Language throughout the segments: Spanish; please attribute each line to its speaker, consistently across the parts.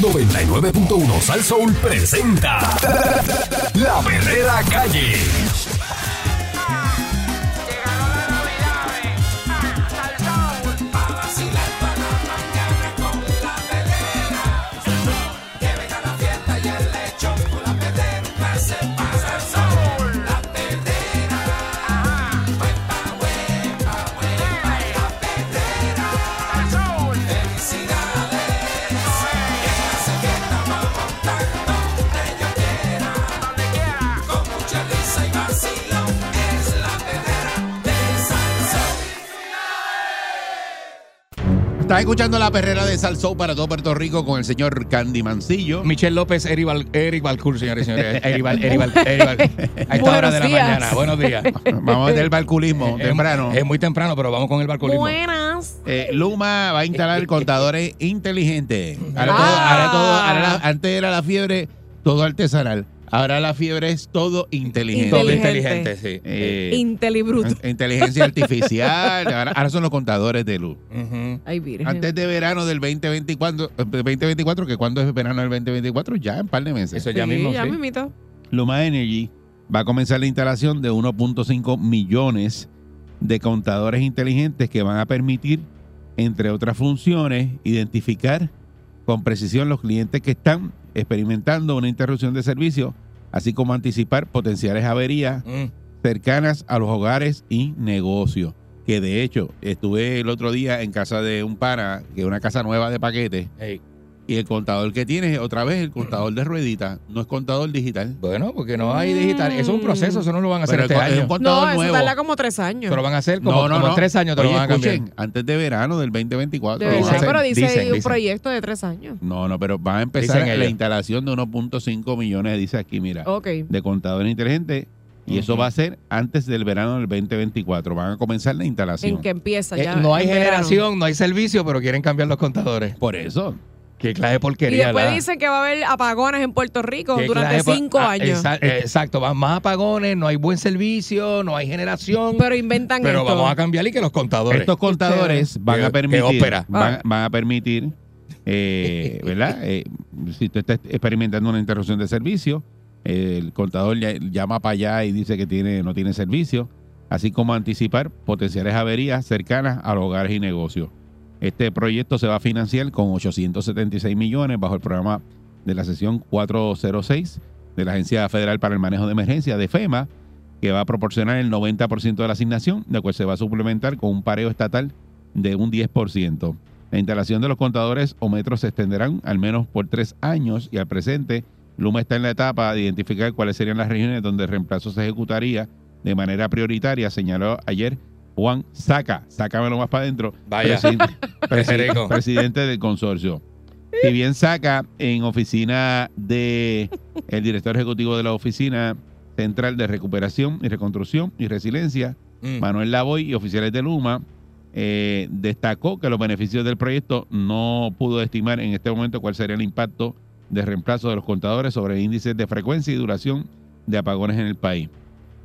Speaker 1: 99.1 Sal Soul presenta La Verdadera Calle.
Speaker 2: Estás escuchando la perrera de Salsó para todo Puerto Rico con el señor Candy Mancillo.
Speaker 3: Michelle López, Eric, Val- Eric Balcour, señores y señores. Eric, Val- Eric Val- Eric Val- A esta hora
Speaker 4: Buenos
Speaker 3: de la
Speaker 4: días.
Speaker 3: mañana. Buenos días.
Speaker 2: Vamos a meter el balculismo
Speaker 3: Es-
Speaker 2: temprano.
Speaker 3: Es, muy temprano, pero vamos con el balcolismo.
Speaker 4: Buenas.
Speaker 2: Eh, Luma va a instalar contadores inteligentes. Ahora
Speaker 4: Ah.
Speaker 2: todo, ahora todo, ahora la- antes era la fiebre todo artesanal. Ahora la fiebre es todo inteligente.
Speaker 3: Todo
Speaker 4: Inteligente.
Speaker 3: inteligente, sí.
Speaker 2: Eh,
Speaker 4: Intelibruto.
Speaker 2: inteligencia artificial. Ahora, ahora son los contadores de luz.
Speaker 3: Ujú.
Speaker 4: Ay, virgen.
Speaker 2: Antes de verano del 2024, eh, 2024 que cuando es verano del 2024, ya en par de meses.
Speaker 3: Eso
Speaker 4: Sí,
Speaker 3: ya mismo,
Speaker 4: ya
Speaker 3: sí.
Speaker 4: mismito.
Speaker 2: Luma Energy va a comenzar la instalación de 1.5 millones de contadores inteligentes que van a permitir, entre otras funciones, identificar con precisión los clientes que están experimentando una interrupción de servicio, así como anticipar potenciales averías
Speaker 3: Mm.
Speaker 2: cercanas a los hogares y negocios. Que de hecho, estuve el otro día en casa de un pana, que es una casa nueva de paquetes,
Speaker 3: Ey,
Speaker 2: y el contador que tiene es otra vez el contador de rueditas, no es contador digital.
Speaker 3: Bueno, porque no hay digital. Eso es un proceso, eso no lo van a hacer
Speaker 2: Pero
Speaker 3: este
Speaker 2: es co- es
Speaker 3: año.
Speaker 2: un
Speaker 4: No,
Speaker 2: contador
Speaker 4: eso
Speaker 2: nuevo.
Speaker 4: tarda como tres años.
Speaker 3: Te lo van a hacer como, como tres años, te
Speaker 2: Oye,
Speaker 3: lo van a cambiar.
Speaker 2: escuchen, antes de verano del 2024.
Speaker 4: De
Speaker 2: lo van a
Speaker 4: verdad,
Speaker 3: dicen,
Speaker 2: hacer.
Speaker 4: pero dice
Speaker 3: dicen,
Speaker 4: ahí un
Speaker 3: dicen.
Speaker 4: proyecto de tres años.
Speaker 2: No, no, pero va a empezar
Speaker 3: Dicen
Speaker 2: la
Speaker 3: ellos.
Speaker 2: instalación de 1.5 millones, dice aquí, mira,
Speaker 4: Ok.
Speaker 2: de contadores inteligentes. Y eso
Speaker 3: Ujú.
Speaker 2: va a ser antes del verano del 2024. Van a comenzar la instalación.
Speaker 4: En que empieza
Speaker 3: Eh,
Speaker 4: ya.
Speaker 3: no hay
Speaker 4: en verano.
Speaker 3: generación, no hay servicio, pero quieren cambiar los contadores.
Speaker 2: Por eso.
Speaker 3: Qué clase de
Speaker 4: Y
Speaker 3: porquería.
Speaker 4: después
Speaker 3: la-
Speaker 4: dicen que va a haber apagones en Puerto Rico
Speaker 3: qué
Speaker 4: durante
Speaker 3: clase de por-
Speaker 4: cinco
Speaker 3: Ah,
Speaker 4: años.
Speaker 3: exa- eh, Exacto, van más apagones, no hay buen servicio, no hay generación.
Speaker 4: Pero inventan
Speaker 3: Pero
Speaker 4: esto.
Speaker 3: vamos a cambiar y que los contadores.
Speaker 2: Estos contadores van
Speaker 3: Que-
Speaker 2: a
Speaker 3: que
Speaker 2: permitir.
Speaker 3: ópera.
Speaker 2: Van, van a permitir, eh, ¿verdad? Eh, si tú estás experimentando una interrupción de servicio, eh, el contador ya- llama para allá y dice que tiene, no tiene servicio, así como anticipar potenciales averías cercanas a los hogares y negocios. Este proyecto se va a financiar con 876 millones bajo el programa de la sesión 406 de la Agencia Federal para el Manejo de Emergencia de FEMA, que va a proporcionar el 90% de la asignación, la cual se va a suplementar con un pareo estatal de un 10%. La instalación de los contadores o metros se extenderán al menos por tres años y al presente Luma está en la etapa de identificar cuáles serían las regiones donde el reemplazo se ejecutaría de manera prioritaria, señaló ayer Juan Saca, sácamelo más para adentro,
Speaker 3: Vaya.
Speaker 2: presidente- presi-
Speaker 3: rico.
Speaker 2: presidente del consorcio. Si bien Saca en oficina de el director ejecutivo de la Oficina Central de Recuperación y Reconstrucción y Resiliencia,
Speaker 3: Mm.
Speaker 2: Manuel Lavoy y oficiales de Luma eh, destacó que los beneficios del proyecto no pudo estimar en este momento cuál sería el impacto de reemplazo de los contadores sobre índices de frecuencia y duración de apagones en el país.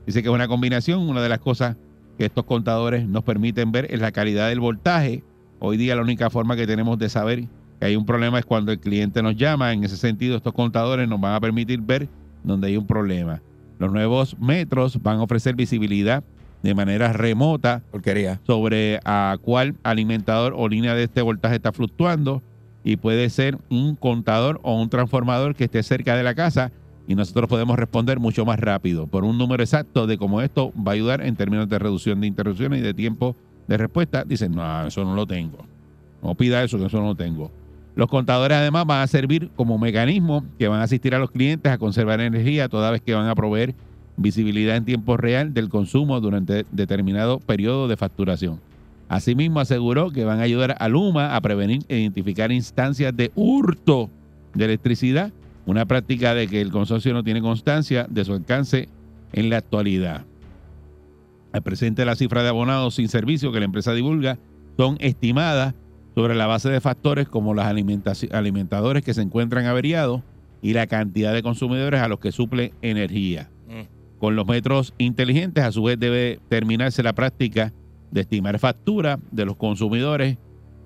Speaker 2: Dice que es una combinación, una de las cosas que estos contadores nos permiten ver es la calidad del voltaje. Hoy día la única forma que tenemos de saber que hay un problema es cuando el cliente nos llama. En ese sentido, estos contadores nos van a permitir ver donde hay un problema. Los nuevos metros van a ofrecer visibilidad de manera remota
Speaker 3: Porquería.
Speaker 2: sobre a cuál alimentador o línea de este voltaje está fluctuando y puede ser un contador o un transformador que esté cerca de la casa y nosotros podemos responder mucho más rápido por un número exacto de cómo esto va a ayudar en términos de reducción de interrupciones y de tiempo de respuesta. Dicen, no, eso no lo tengo. No pida eso, que eso no lo tengo. Los contadores además van a servir como mecanismo que van a asistir a los clientes a conservar energía toda vez que van a proveer visibilidad en tiempo real del consumo durante determinado periodo de facturación. Asimismo, aseguró que van a ayudar a Luma a prevenir e identificar instancias de hurto de electricidad, una práctica de que el consorcio no tiene constancia de su alcance en la actualidad. Al presente, la cifra de abonados sin servicio que la empresa divulga son estimadas sobre la base de factores como los alimentaci- alimentadores que se encuentran averiados y la cantidad de consumidores a los que suple energía. Con los metros inteligentes, a su vez, debe terminarse la práctica de estimar factura de los consumidores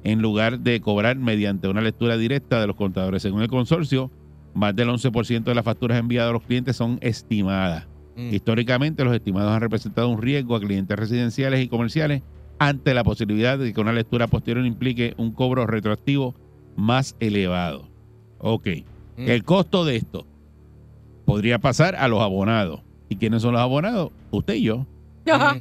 Speaker 2: en lugar de cobrar mediante una lectura directa de los contadores. Según el consorcio, más del 11% de las facturas enviadas a los clientes son estimadas.
Speaker 3: Mm.
Speaker 2: Históricamente, los estimados han representado un riesgo a clientes residenciales y comerciales ante la posibilidad de que una lectura posterior implique un cobro retroactivo más elevado. Ok.
Speaker 3: Mm.
Speaker 2: El costo de esto podría pasar a los abonados. ¿Y quiénes son los abonados? Usted y yo.
Speaker 4: Ajá.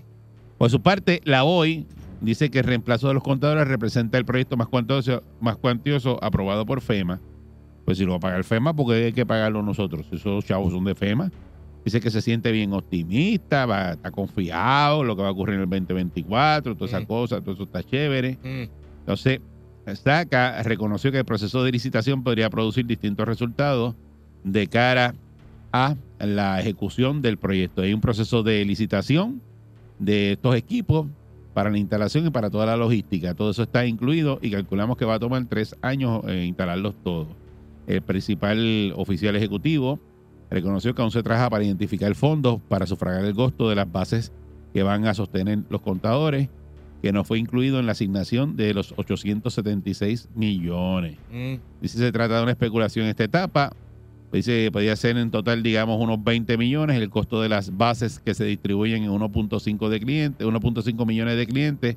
Speaker 2: Por su parte, la OI dice que el reemplazo de los contadores representa el proyecto más cuantioso, más cuantioso aprobado por FEMA. Pues si lo va a pagar FEMA, porque hay que pagarlo nosotros. Esos chavos son de FEMA. Dice que se siente bien optimista, va, está confiado, lo que va a ocurrir en el 2024, todas esas
Speaker 3: Mm.
Speaker 2: cosas, todo eso está chévere.
Speaker 3: Mm.
Speaker 2: Entonces, Saca reconoció que el proceso de licitación podría producir distintos resultados de cara a la ejecución del proyecto. Hay un proceso de licitación de estos equipos para la instalación y para toda la logística. Todo eso está incluido y calculamos que va a tomar tres años eh, instalarlos todos. El principal oficial ejecutivo reconoció que aún se trabaja para identificar fondos para sufragar el costo de las bases que van a sostener los contadores, que no fue incluido en la asignación de los 876 millones.
Speaker 3: Mm.
Speaker 2: Dice, se trata de una especulación en esta etapa. Dice, podría ser en total, digamos, unos 20 millones. El costo de las bases que se distribuyen en 1.5 de clientes, 1.5 millones de clientes.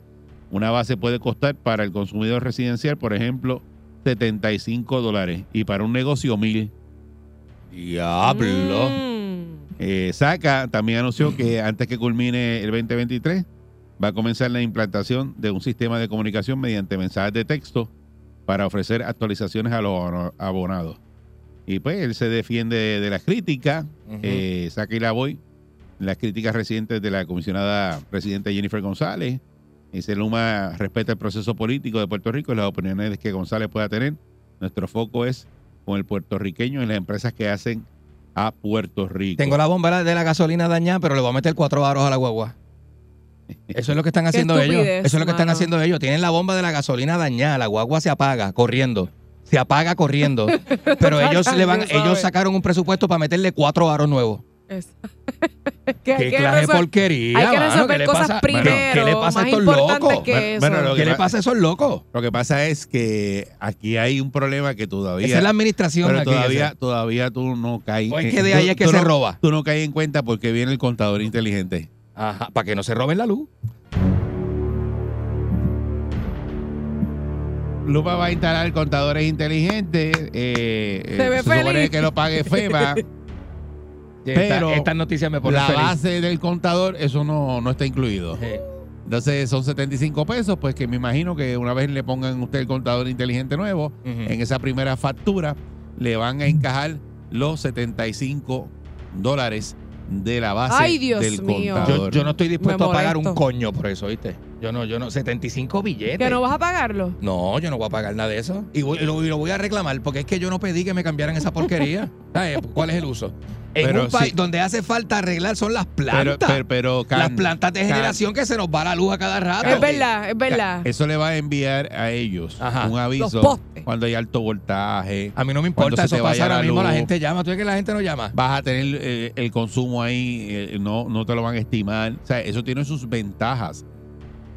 Speaker 2: Una base puede costar para el consumidor residencial, por ejemplo, 75 dólares. Y para un negocio, mil.
Speaker 3: Diablo.
Speaker 4: Mm.
Speaker 2: Eh, Saca también anunció que antes que culmine el 2023 va a comenzar la implantación de un sistema de comunicación mediante mensajes de texto para ofrecer actualizaciones a los abono- abonados. Y pues él se defiende de, de las críticas,
Speaker 3: Ujú.
Speaker 2: eh, Saca y la voy, las críticas recientes de la comisionada presidenta Jennifer González. Dice Luma respeta el proceso político de Puerto Rico y las opiniones que González pueda tener. Nuestro foco es con el puertorriqueño y las empresas que hacen a Puerto Rico.
Speaker 3: Tengo la bomba de la gasolina dañada, pero le voy a meter cuatro aros a la guagua. Eso es lo que están
Speaker 4: Qué
Speaker 3: haciendo ellos.
Speaker 4: estupidez,
Speaker 3: Eso es lo que están
Speaker 4: mano.
Speaker 3: haciendo ellos. Tienen la bomba de la gasolina dañada, la guagua se apaga corriendo. Se apaga corriendo. Pero ellos le van,
Speaker 4: Tú sabes.
Speaker 3: ellos sacaron un presupuesto para meterle cuatro aros nuevos.
Speaker 4: Es- que hay
Speaker 3: Qué
Speaker 4: que
Speaker 3: clase de
Speaker 4: resol-
Speaker 3: porquería.
Speaker 4: hay que
Speaker 3: mano?
Speaker 4: resolver
Speaker 3: ¿Qué le
Speaker 4: cosas
Speaker 3: pasa?
Speaker 4: primero,
Speaker 3: Bueno, ¿Qué le pasa a
Speaker 4: más
Speaker 3: estos
Speaker 4: importantes
Speaker 3: locos?
Speaker 4: que
Speaker 2: Bueno,
Speaker 4: eso.
Speaker 2: bueno, lo
Speaker 3: ¿Qué le pasa a esos locos?
Speaker 2: Lo que pasa es que aquí hay un problema que todavía.
Speaker 3: Esa es la administración
Speaker 2: pero
Speaker 3: aquí,
Speaker 2: todavía,
Speaker 3: ese.
Speaker 2: todavía tú no caes.
Speaker 3: O es
Speaker 2: eh,
Speaker 3: que de
Speaker 2: tú-
Speaker 3: ahí es que
Speaker 2: tú
Speaker 3: se
Speaker 2: no-
Speaker 3: roba.
Speaker 2: Tú no caes en cuenta porque viene el contador inteligente.
Speaker 3: Ajá, para que no se roben la luz.
Speaker 2: Lupa va a instalar contadores inteligentes. eh, eh,
Speaker 4: Se ve
Speaker 2: supone
Speaker 4: feliz.
Speaker 2: que lo pague FEMA.
Speaker 3: Pero
Speaker 2: Pero
Speaker 3: estas noticias me ponen
Speaker 2: la
Speaker 3: feliz.
Speaker 2: base del contador, eso no, no está incluido.
Speaker 3: Eh,
Speaker 2: Entonces son 75 pesos, pues que me imagino que una vez le pongan usted el contador inteligente nuevo,
Speaker 3: ujú.
Speaker 2: en esa primera factura le van a encajar los 75 dólares de la base
Speaker 4: Ay, Dios
Speaker 2: del
Speaker 4: mío.
Speaker 2: contador.
Speaker 3: Yo, yo no estoy dispuesto a
Speaker 4: Me
Speaker 3: pues, pagar un
Speaker 4: molesto.
Speaker 3: coño por eso, ¿viste? Yo no, yo no. 75 billetes.
Speaker 4: ¿Que no vas a pagarlo?
Speaker 3: No, yo no voy a pagar nada de eso. Y, voy- y lo, y lo voy a reclamar porque es que yo no pedí que me cambiaran esa porquería. ¿Sabes? ¿Cuál es el uso? En
Speaker 2: Pero
Speaker 3: un país
Speaker 2: sí.
Speaker 3: donde hace falta arreglar son las
Speaker 2: pero,
Speaker 3: plantas.
Speaker 2: pero, pero, Can,
Speaker 3: las plantas de
Speaker 2: Can,
Speaker 3: generación que se nos va la luz a cada rato.
Speaker 4: Es verdad, es
Speaker 2: Can,
Speaker 4: verdad.
Speaker 2: Eso le va a enviar a ellos
Speaker 3: Ajá.
Speaker 2: un
Speaker 4: Los
Speaker 2: aviso
Speaker 4: postes.
Speaker 2: cuando hay alto voltaje.
Speaker 3: A mí no me
Speaker 2: Cuando
Speaker 3: importa eso
Speaker 2: se te
Speaker 3: pasa
Speaker 2: vaya
Speaker 3: ahora
Speaker 2: la
Speaker 3: mismo. La
Speaker 2: luz.
Speaker 3: gente llama. ¿Tú ves que la gente no llama?
Speaker 2: Vas a tener eh, el consumo ahí, eh, no, no te lo van a estimar. O sea, eso tiene sus ventajas.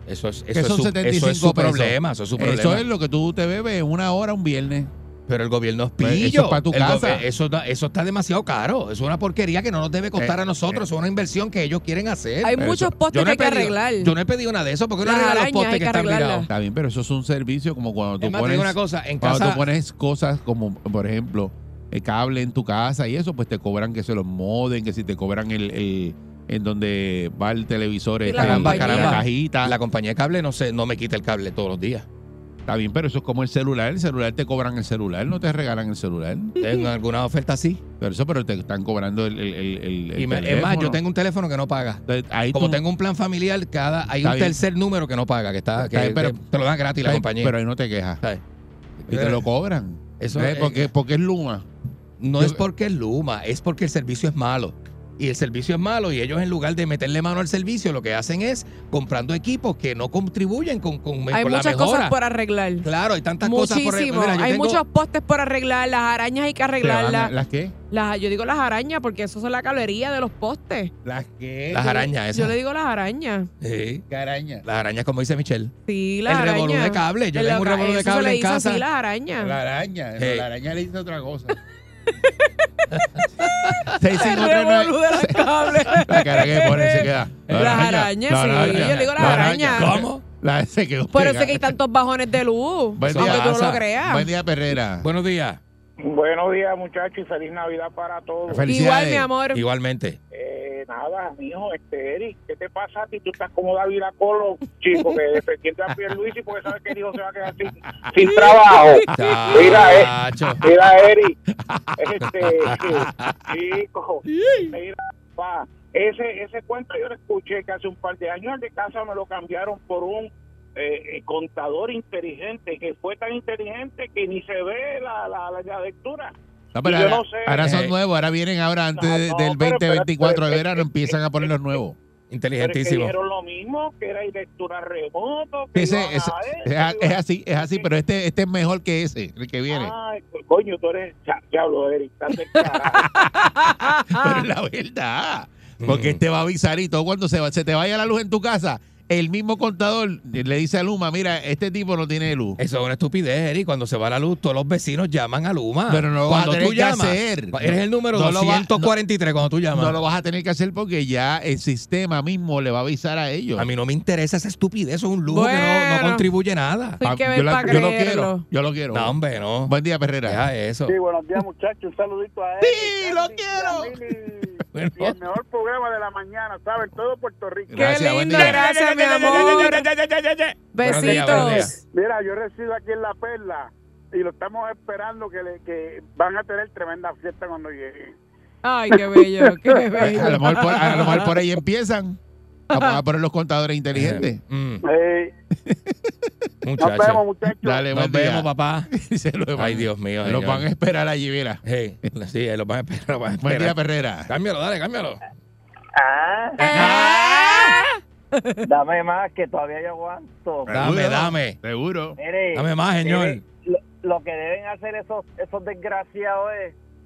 Speaker 3: Eso es,
Speaker 2: Que
Speaker 3: eso es
Speaker 2: son
Speaker 3: su, eso es
Speaker 2: 75
Speaker 3: su
Speaker 2: pesos.
Speaker 3: problema. Eso es su problema.
Speaker 2: Eso es lo que tú te bebes una hora un viernes.
Speaker 3: Pero el gobierno es
Speaker 2: Pues eso
Speaker 3: pillo.
Speaker 2: es pa' tu
Speaker 3: El go-
Speaker 2: casa.
Speaker 3: Eso, da- eso está demasiado caro. Es una porquería que no nos debe costar
Speaker 2: Eh,
Speaker 3: a nosotros.
Speaker 2: eh.
Speaker 3: es una inversión que ellos quieren hacer.
Speaker 4: Hay
Speaker 2: pero
Speaker 4: muchos
Speaker 2: eso-
Speaker 3: Yo
Speaker 4: postes
Speaker 3: no
Speaker 4: que
Speaker 3: he
Speaker 4: hay que
Speaker 3: pedido-
Speaker 4: arreglar.
Speaker 3: Yo no he pedido nada de eso. porque no
Speaker 4: Las
Speaker 3: arreglan los
Speaker 4: arañas
Speaker 3: postes
Speaker 4: hay
Speaker 3: que
Speaker 4: que
Speaker 3: están
Speaker 4: arreglarlas.
Speaker 3: mirados?
Speaker 2: Está bien, pero eso es un servicio como cuando tú
Speaker 3: Es más, te
Speaker 2: pones...
Speaker 3: digo una cosa. En
Speaker 2: Cuando
Speaker 3: casa,
Speaker 2: tú pones cosas como, por ejemplo, el cable en tu casa y eso, pues te cobran que se los moden, que si te cobran el, el- en donde va el televisor,
Speaker 4: Sí,
Speaker 2: este,
Speaker 4: la
Speaker 2: la,
Speaker 4: compañía.
Speaker 2: cajita.
Speaker 3: la compañía de cable no, se, no me quita el cable todos los días.
Speaker 2: Está bien, pero eso es como el celular. El celular te cobran el celular, no te regalan el celular.
Speaker 3: Tengo alguna oferta así.
Speaker 2: Pero eso, pero te están cobrando el, el, el- el- el
Speaker 3: Y me- es más,
Speaker 2: teléfono.
Speaker 3: yo tengo un teléfono que no paga.
Speaker 2: Entonces, ahí
Speaker 3: Como
Speaker 2: tú-
Speaker 3: tengo un plan familiar, cada hay
Speaker 2: Está
Speaker 3: un
Speaker 2: bien.
Speaker 3: tercer número que no paga, que está que
Speaker 2: Está bien, pero-
Speaker 3: te, te lo dan gratis la
Speaker 2: Ay,
Speaker 3: compañía.
Speaker 2: Pero ahí no te quejas.
Speaker 3: ¿Sabes?
Speaker 2: Y te lo cobran.
Speaker 3: Eso
Speaker 2: ¿Sabes?
Speaker 3: es- eh,
Speaker 2: porque, porque Eh, es Luma.
Speaker 3: no
Speaker 2: yo-
Speaker 3: es porque es Luma, es porque el servicio es malo. y el servicio es malo y ellos en lugar de meterle mano al servicio lo que hacen es comprando equipos que no contribuyen con, con,
Speaker 4: Hay
Speaker 3: con la
Speaker 4: muchas
Speaker 3: mejora.
Speaker 4: cosas por arreglar.
Speaker 3: Claro, hay tantas cosas por
Speaker 4: Muchísimo.
Speaker 3: Mira, yo
Speaker 4: hay
Speaker 3: tengo-
Speaker 4: muchos postes por arreglar. Las arañas hay que
Speaker 2: ¿Las,
Speaker 4: arreglarlas.
Speaker 2: las qué?
Speaker 4: Las, yo digo las arañas porque eso son la caloría de los postes.
Speaker 2: ¿Las qué?
Speaker 3: las arañas esas.
Speaker 4: Yo le digo las arañas.
Speaker 3: Sí,
Speaker 2: ¿Qué araña?
Speaker 3: las arañas como dice Michelle.
Speaker 4: Sí, las
Speaker 3: el revolú
Speaker 4: arañas.
Speaker 3: de cable, yo
Speaker 4: En la
Speaker 3: tengo un
Speaker 4: ca-
Speaker 3: revolú de
Speaker 4: eso se
Speaker 3: cable
Speaker 4: le
Speaker 3: en
Speaker 4: dice
Speaker 3: casa.
Speaker 4: así, las arañas.
Speaker 2: La araña.
Speaker 3: Eh.
Speaker 2: La araña le dice otra cosa.
Speaker 4: el revolú de los cables.
Speaker 2: La cara que pone se queda.
Speaker 4: Las arañas, sí. Yo le digo las arañas.
Speaker 3: ¿Cómo?
Speaker 2: La se quedó
Speaker 4: Por eso es que hay
Speaker 2: pegada.
Speaker 4: tantos bajones de luz.
Speaker 2: Buen
Speaker 4: aunque
Speaker 2: día,
Speaker 4: tú no
Speaker 3: Asa.
Speaker 4: lo creas.
Speaker 2: Buen día, Perrera.
Speaker 3: Buenos días.
Speaker 5: Buenos días, muchachos, y feliz Navidad para todos.
Speaker 4: Igual, mi amor.
Speaker 3: Igualmente.
Speaker 5: Eh, nada, mijo, este Eric, ¿qué te pasa a ti? Tú estás como David Acolo, chico, que defendiendo a Pierluisi porque sabes que el hijo se va a quedar sin, sin trabajo. Mira, eh,
Speaker 3: Chacho.
Speaker 5: mira, Eric, este, chico, mira, pa, ese, ese cuento yo lo escuché que hace un par de años, el de casa me lo cambiaron por un eh, eh, contador inteligente, que fue tan inteligente que ni se ve la, la, la- la lectura.
Speaker 2: No, pero
Speaker 5: Yo
Speaker 2: ahora,
Speaker 5: no sé.
Speaker 2: ahora son
Speaker 3: Eh.
Speaker 2: nuevos, ahora vienen ahora antes
Speaker 5: No,
Speaker 2: de-
Speaker 5: no,
Speaker 2: del
Speaker 5: pero
Speaker 2: 2024 de
Speaker 5: espérate,
Speaker 2: verano empiezan a poner los nuevos.
Speaker 5: Pero es que
Speaker 3: Inteligentísimo.
Speaker 5: dijeron lo mismo, que era y lectura remoto. Que
Speaker 2: Ese,
Speaker 5: iban
Speaker 2: ese-
Speaker 5: a esto,
Speaker 2: es, a-
Speaker 5: que
Speaker 2: es
Speaker 5: iban-
Speaker 2: así, es así, pero este, este es mejor que ese, el que viene.
Speaker 5: Ay, co- coño, tú eres ya- diablo, Eric, estás del carajo. Ah,
Speaker 2: Pero es la verdad. Porque
Speaker 3: Mm.
Speaker 2: este va a avisar y todo cuando se, va- se te vaya la luz en tu casa, el mismo contador le dice a Luma, mira, este tipo no tiene luz.
Speaker 3: Eso es una estupidez, Eric. Cuando se va la luz, todos los vecinos llaman a Luma.
Speaker 2: Pero no lo vas
Speaker 3: cuando
Speaker 2: a tener
Speaker 3: tú
Speaker 2: que
Speaker 3: llamas,
Speaker 2: hacer.
Speaker 3: eres el número
Speaker 2: No lo va-
Speaker 3: 243 cuando tú llamas.
Speaker 2: No lo vas a tener que hacer porque ya el sistema mismo le va a avisar a ellos.
Speaker 3: a mí no me interesa esa estupidez. Eso es un lujo que no- no,
Speaker 4: Bueno.
Speaker 3: contribuye nada.
Speaker 4: Sí. Hay que
Speaker 2: Ah,
Speaker 4: ver
Speaker 2: yo, la-
Speaker 4: pa'
Speaker 2: yo lo quiero,
Speaker 4: creerlo.
Speaker 2: yo lo quiero.
Speaker 3: No, hombre, no.
Speaker 2: Buen día, Perrera.
Speaker 3: Deja eso.
Speaker 5: Sí, buenos días, muchachos. Un saludito a Eric.
Speaker 2: Sí, lo
Speaker 5: Andy,
Speaker 2: quiero.
Speaker 5: y a Mili.
Speaker 3: Bueno.
Speaker 5: Y el mejor programa de la mañana, ¿saben? Todo Puerto Rico.
Speaker 4: Qué
Speaker 3: Gracias, buen
Speaker 4: lindo,
Speaker 3: día.
Speaker 4: gracias, mi amor.
Speaker 3: Buenos días, buenos
Speaker 4: Besitos.
Speaker 3: días.
Speaker 5: Mira, yo resido aquí en La Perla y lo estamos esperando que, le- que van a tener tremenda fiesta cuando lleguen.
Speaker 4: Ay, qué bello, qué
Speaker 2: Eh, A lo,
Speaker 4: bello.
Speaker 2: mejor por, a lo mejor por ahí empiezan a, a poner los contadores inteligentes.
Speaker 3: Mm,
Speaker 5: Eh, nos vemos,
Speaker 3: muchacho.
Speaker 5: muchachos.
Speaker 2: Dale,
Speaker 3: Nos
Speaker 2: buen día.
Speaker 3: vemos, papá.
Speaker 2: Y se lo-
Speaker 3: Ay, Dios mío.
Speaker 2: Los
Speaker 3: señor.
Speaker 2: van a esperar allí, mira.
Speaker 3: Sí, sí, eh, los van a esperar. los van a
Speaker 2: Buen día,
Speaker 3: esperar.
Speaker 2: Perrera.
Speaker 3: Cámbialo, dale, cámbialo.
Speaker 4: Eh. Ah,
Speaker 6: Dame más, que todavía yo aguanto.
Speaker 3: Dame, dame.
Speaker 2: Seguro.
Speaker 6: Mire,
Speaker 3: Dame más, señor.
Speaker 6: mire, lo, lo que deben hacer esos, esos desgraciados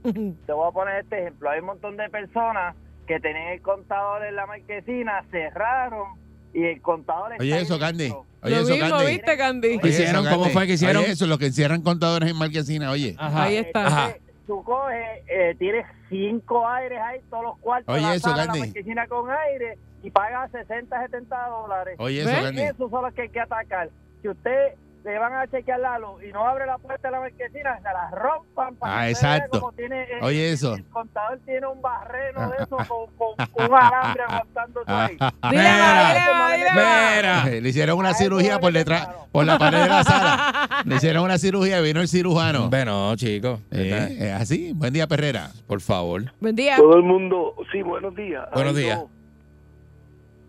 Speaker 6: es, te voy a poner este ejemplo, hay un montón de personas que tenían el contador en la marquesina, cerraron y el contador está
Speaker 2: Oye,
Speaker 6: ahí
Speaker 2: eso, Candy.
Speaker 6: dentro.
Speaker 2: Oye,
Speaker 4: Lo
Speaker 2: eso,
Speaker 4: mismo,
Speaker 2: Candy.
Speaker 4: ¿viste, Candy?
Speaker 2: Oye,
Speaker 3: Hicieron,
Speaker 2: eso,
Speaker 3: ¿cómo
Speaker 2: Candy.
Speaker 3: fue que hicieron?
Speaker 2: Oye, eso, lo que encierran contadores en Marquesina, oye.
Speaker 3: Ajá.
Speaker 4: Ahí está.
Speaker 3: Ajá.
Speaker 6: Tú coges, eh, tienes cinco aires ahí, todos los cuartos,
Speaker 2: Oye,
Speaker 6: la
Speaker 2: eso,
Speaker 6: sala, la
Speaker 2: Candy.
Speaker 6: marquesina con aire y pagas 60, 70 dólares.
Speaker 2: Oye, eso,
Speaker 4: ¿Ves?
Speaker 2: Candy.
Speaker 6: Esos son los que hay que atacar. Si usted le van a chequear la luz y no abre la puerta de la marquesina, se la rompan
Speaker 2: Ah,
Speaker 6: que usted vea
Speaker 2: exacto.
Speaker 6: cómo tiene eh, el-
Speaker 2: Oye, eso.
Speaker 6: El contador tiene un barreno de
Speaker 7: eh,
Speaker 6: eso
Speaker 2: Ah,
Speaker 6: con, con, con un alambre aguantando todo ahí.
Speaker 4: Dile,
Speaker 3: Mira,
Speaker 4: va, dile, va, dile, va.
Speaker 3: Mira.
Speaker 2: Eh, Le hicieron
Speaker 6: A
Speaker 2: una
Speaker 6: eso
Speaker 2: cirugía
Speaker 6: debe
Speaker 2: por
Speaker 6: que
Speaker 2: detrás,
Speaker 6: claro.
Speaker 2: por la pared de la sala. Le hicieron una cirugía y vino el cirujano.
Speaker 3: Bueno, chicos.
Speaker 2: Eh, eh, así. Buen día, Perrera.
Speaker 3: Por favor.
Speaker 4: Buen día.
Speaker 7: Todo el mundo, sí, buenos días.
Speaker 3: Buenos
Speaker 7: Ay,
Speaker 3: días.
Speaker 7: no.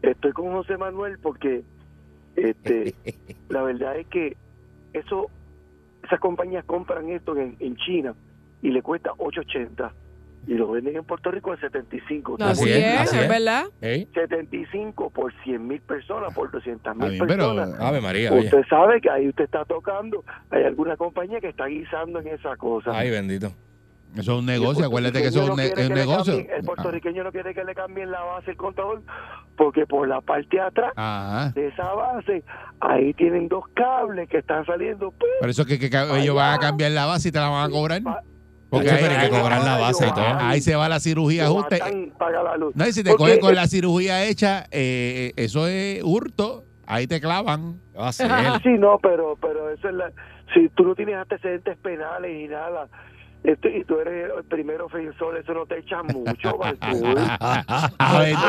Speaker 7: Estoy con José Manuel porque este, la verdad es que eso, esas compañías compran esto en, en China y le cuesta 8.80 y lo venden en Puerto Rico en 75.
Speaker 4: No,
Speaker 3: Así
Speaker 4: así
Speaker 3: es,
Speaker 4: es,
Speaker 3: así es.
Speaker 4: es verdad.
Speaker 3: Ey,
Speaker 7: 75 por 100 mil personas, por 200
Speaker 2: Está
Speaker 7: mil
Speaker 2: bien, pero-
Speaker 7: personas.
Speaker 3: Ave María, oye.
Speaker 7: Usted sabe que ahí usted está tocando, hay alguna compañía que está guisando en esa cosa.
Speaker 3: Ay, bendito.
Speaker 2: Eso es un
Speaker 7: El
Speaker 2: negocio. Acuérdate que eso es un, ne-
Speaker 7: puertorriqueño no
Speaker 2: es un
Speaker 7: quiere que le
Speaker 2: negocio. Ah.
Speaker 7: cambien- el puertorriqueño no quiere que le cambien la base el contador porque por la parte de atrás
Speaker 2: Ajá.
Speaker 7: de esa base ahí tienen dos cables que están saliendo. ¡pum!
Speaker 2: Por eso que, que ca- ellos van a cambiar la base y te la van a cobrar. Porque
Speaker 3: Hacho,
Speaker 2: ahí,
Speaker 3: pero hay que
Speaker 2: ahí-
Speaker 3: cobrar la base y todo.
Speaker 2: ahí se va la cirugía
Speaker 7: Lo
Speaker 2: ajuste.
Speaker 7: matan, paga la luz.
Speaker 2: No, y si te
Speaker 7: Porque-
Speaker 2: cogen con la cirugía hecha, eh, eso es hurto. Ahí te clavan.
Speaker 3: ¿Qué va a hacer?
Speaker 7: Sí, no, pero pero eso es la si tú no tienes antecedentes penales y nada esto- y tú eres el primer ofensor, eso no te echa mucho, Bartol.
Speaker 2: Aventu-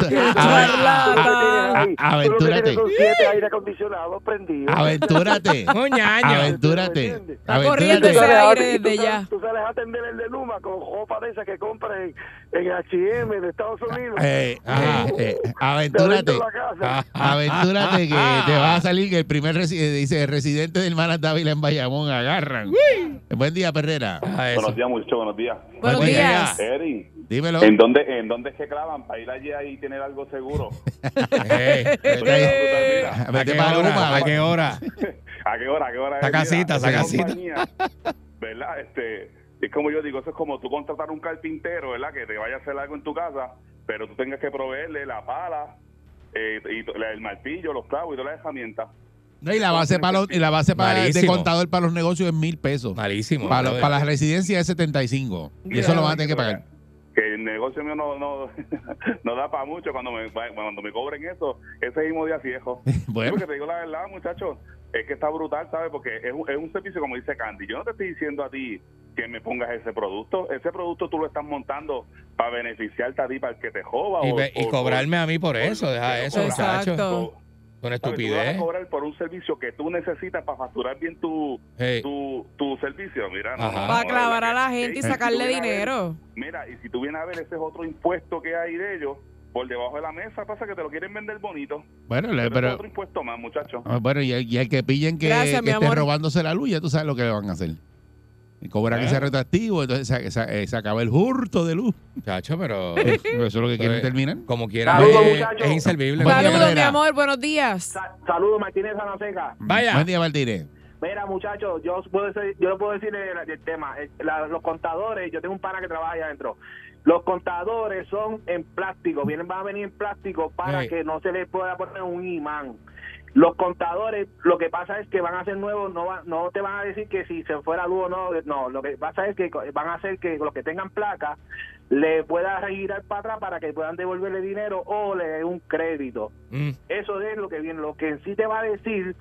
Speaker 2: aven-
Speaker 4: Charlatán.
Speaker 2: Ah, Aventúrate.
Speaker 7: Con siete aire acondicionado prendido.
Speaker 2: Aventúrate.
Speaker 3: Coñaño.
Speaker 2: Aventúrate.
Speaker 7: Está
Speaker 4: corriendo
Speaker 7: Tú
Speaker 2: Aventúrate.
Speaker 4: ese
Speaker 7: sales a-
Speaker 4: aire
Speaker 7: y tú
Speaker 4: desde
Speaker 7: sales-
Speaker 4: ya.
Speaker 7: Tú sales a atender el de Luma con ropa de esa que compras en, en H&M de Estados Unidos.
Speaker 2: Eh,
Speaker 3: Ajá.
Speaker 2: eh, eh,
Speaker 7: Te
Speaker 2: aventúrate. Ah,
Speaker 7: adentro de la casa.
Speaker 2: Aventúrate que te va a salir que el primer resi- eh, dice residente del Manas Dávila en Bayamón agarran. Buen día, Perrera.
Speaker 3: Ah, eso.
Speaker 8: días, muchachos, buenos días.
Speaker 4: Buenos
Speaker 2: Buen día.
Speaker 4: días.
Speaker 8: Eri,
Speaker 2: Dímelo.
Speaker 8: ¿en dónde, ¿en dónde es que clavan para ir allí y tener algo seguro?
Speaker 3: Ey, vete ahí.
Speaker 8: Mira,
Speaker 3: ¿A qué hora? ¿A qué hora?
Speaker 8: ¿A qué hora? ¿A qué hora?
Speaker 3: Saca
Speaker 8: Mira,
Speaker 3: cita,
Speaker 8: esa
Speaker 3: saca cita.
Speaker 8: compañía, ¿Verdad? Este, es como yo digo, eso es como tú contratar un carpintero, ¿verdad? Que te vaya a hacer algo en tu casa, pero tú tengas que proveerle la pala, eh, y t- la- el martillo, los clavos y todas las herramientas.
Speaker 2: No, y la base para los- y la base para de
Speaker 3: Malísimo.
Speaker 2: contador para los negocios es mil pesos.
Speaker 3: Malísimo.
Speaker 2: Para, los-
Speaker 3: brother.
Speaker 2: para las residencias es 75. Y eso lo van a tener que pagar.
Speaker 8: Que el negocio mío no, no, no da para mucho cuando me, cuando me cobren eso. Ese mismo día viejo.
Speaker 2: Bueno.
Speaker 8: Porque te digo la verdad, muchachos, es que está brutal, ¿sabes? Porque es un, es un servicio, como dice Candy. Yo no te estoy diciendo a ti que me pongas ese producto. Ese producto tú lo estás montando para beneficiarte a ti, para el que te joba.
Speaker 3: Y,
Speaker 8: o-
Speaker 3: ve- y
Speaker 8: o-
Speaker 3: cobrarme a mí por eso, deja
Speaker 8: pero
Speaker 3: eso,
Speaker 8: cobrar.
Speaker 3: muchacho.
Speaker 4: Exacto.
Speaker 8: o-
Speaker 3: Una
Speaker 8: ¿sabes? Tú vas a
Speaker 3: estupidez.
Speaker 8: cobrar por un servicio que tú necesitas para facturar bien tu,
Speaker 3: Ey.
Speaker 8: tu, tu servicio. Mira, no,
Speaker 3: Ajá.
Speaker 8: no, no,
Speaker 4: Para
Speaker 8: de
Speaker 4: clavar
Speaker 8: verdad
Speaker 4: a la
Speaker 8: que-
Speaker 4: gente y
Speaker 8: que-
Speaker 4: sacarle
Speaker 8: tú vienes a ver-
Speaker 4: dinero.
Speaker 8: Mira, y si tú vienes a ver ese es otro impuesto que hay de ellos por debajo de la mesa, pasa que te lo quieren vender bonito.
Speaker 2: Bueno, le-
Speaker 8: Pero, es
Speaker 2: pero,
Speaker 8: otro impuesto más, muchachos.
Speaker 2: ah, bueno y, el, y el que pillen que,
Speaker 4: Gracias,
Speaker 2: que
Speaker 4: mi
Speaker 2: esté
Speaker 4: amor.
Speaker 2: robándose la luz, ya tú sabes lo que le van a hacer. Y cobran
Speaker 3: ¿Eh?
Speaker 2: ese retractivo, entonces se, se- eh, se acaba el hurto de luz.
Speaker 3: Muchacho, pero eh,
Speaker 2: Eso es lo que quieren terminar.
Speaker 3: como quiera,
Speaker 9: Saludos,
Speaker 3: es,
Speaker 9: muchachos.
Speaker 3: es inservible.
Speaker 2: Buen día,
Speaker 4: Saludos, mi
Speaker 2: Herrera.
Speaker 4: amor. Buenos días.
Speaker 9: Sa- Saludos, Martínez Anaseca.
Speaker 3: Vaya.
Speaker 2: Buen día, Martínez.
Speaker 9: Mira, muchachos, yo os puedo decir, yo le puedo decir el, el tema. El- la- los contadores, yo tengo un pana que trabaja allá adentro. Los contadores son en plástico, vienen van a venir en plástico para
Speaker 3: Ey.
Speaker 9: que no se les pueda poner un imán. Los contadores, lo que pasa es que van a ser nuevos, no va- no te van a decir que si se fuera luz o no, no, lo que pasa es que co- van a hacer que los que tengan placa le pueda girar para atrás para que puedan devolverle dinero o le den un crédito.
Speaker 3: Mm.
Speaker 9: Eso es lo que viene. Lo que en sí te va a decir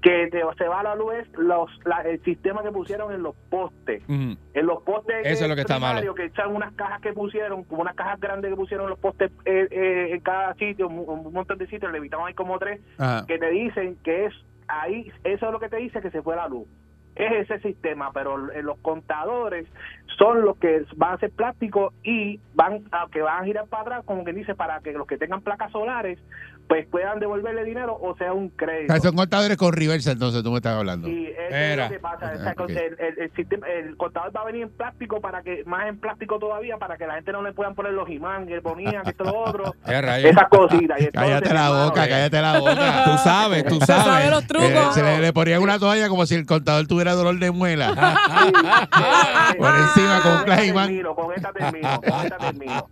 Speaker 9: que te, se va a la luz es los, la- el sistema que pusieron en los postes.
Speaker 2: Mm.
Speaker 9: En los postes.
Speaker 3: Eso es lo que está
Speaker 9: primarios, Que echan unas cajas que pusieron, como unas cajas grandes que pusieron en los postes eh, eh, en cada sitio, un, un montón de sitios, le evitamos ahí como tres,
Speaker 3: Ah.
Speaker 2: Ajá.
Speaker 9: que te dicen que es ahí, eso es lo que te dice que se fue la luz. Es ese sistema, pero eh, los contadores son los que van a ser plásticos y van a, que van a girar para atrás, como quien dice, para que los que tengan placas solares pues puedan devolverle dinero o sea un crédito.
Speaker 2: Ah, Son contadores con reversa, entonces tú me estás hablando.
Speaker 9: Y eso es
Speaker 3: Era.
Speaker 9: lo que pasa. o sea,
Speaker 2: Ah, ok.
Speaker 9: el, el- el sistema- el contador va a venir en plástico para que, más en plástico todavía, para que la gente no le puedan poner los imán, el bonía, que esto lo otro,
Speaker 3: Eh, rayos.
Speaker 9: esas cositas. Y entonces,
Speaker 2: Cállate la
Speaker 9: hermano,
Speaker 2: boca,
Speaker 9: eh,
Speaker 2: cállate la boca.
Speaker 3: Tú sabes, tú
Speaker 4: Se
Speaker 3: sabes.
Speaker 4: sabe los trucos.
Speaker 2: Eh, se le, le ponían una toalla como si el contador tuviera dolor de muela.
Speaker 3: Ah.
Speaker 9: sí,
Speaker 2: Por
Speaker 9: sí,
Speaker 2: encima, con
Speaker 9: sí,
Speaker 2: un clash,
Speaker 9: esta
Speaker 2: man.
Speaker 9: termino, Con esta termino, con esta termino.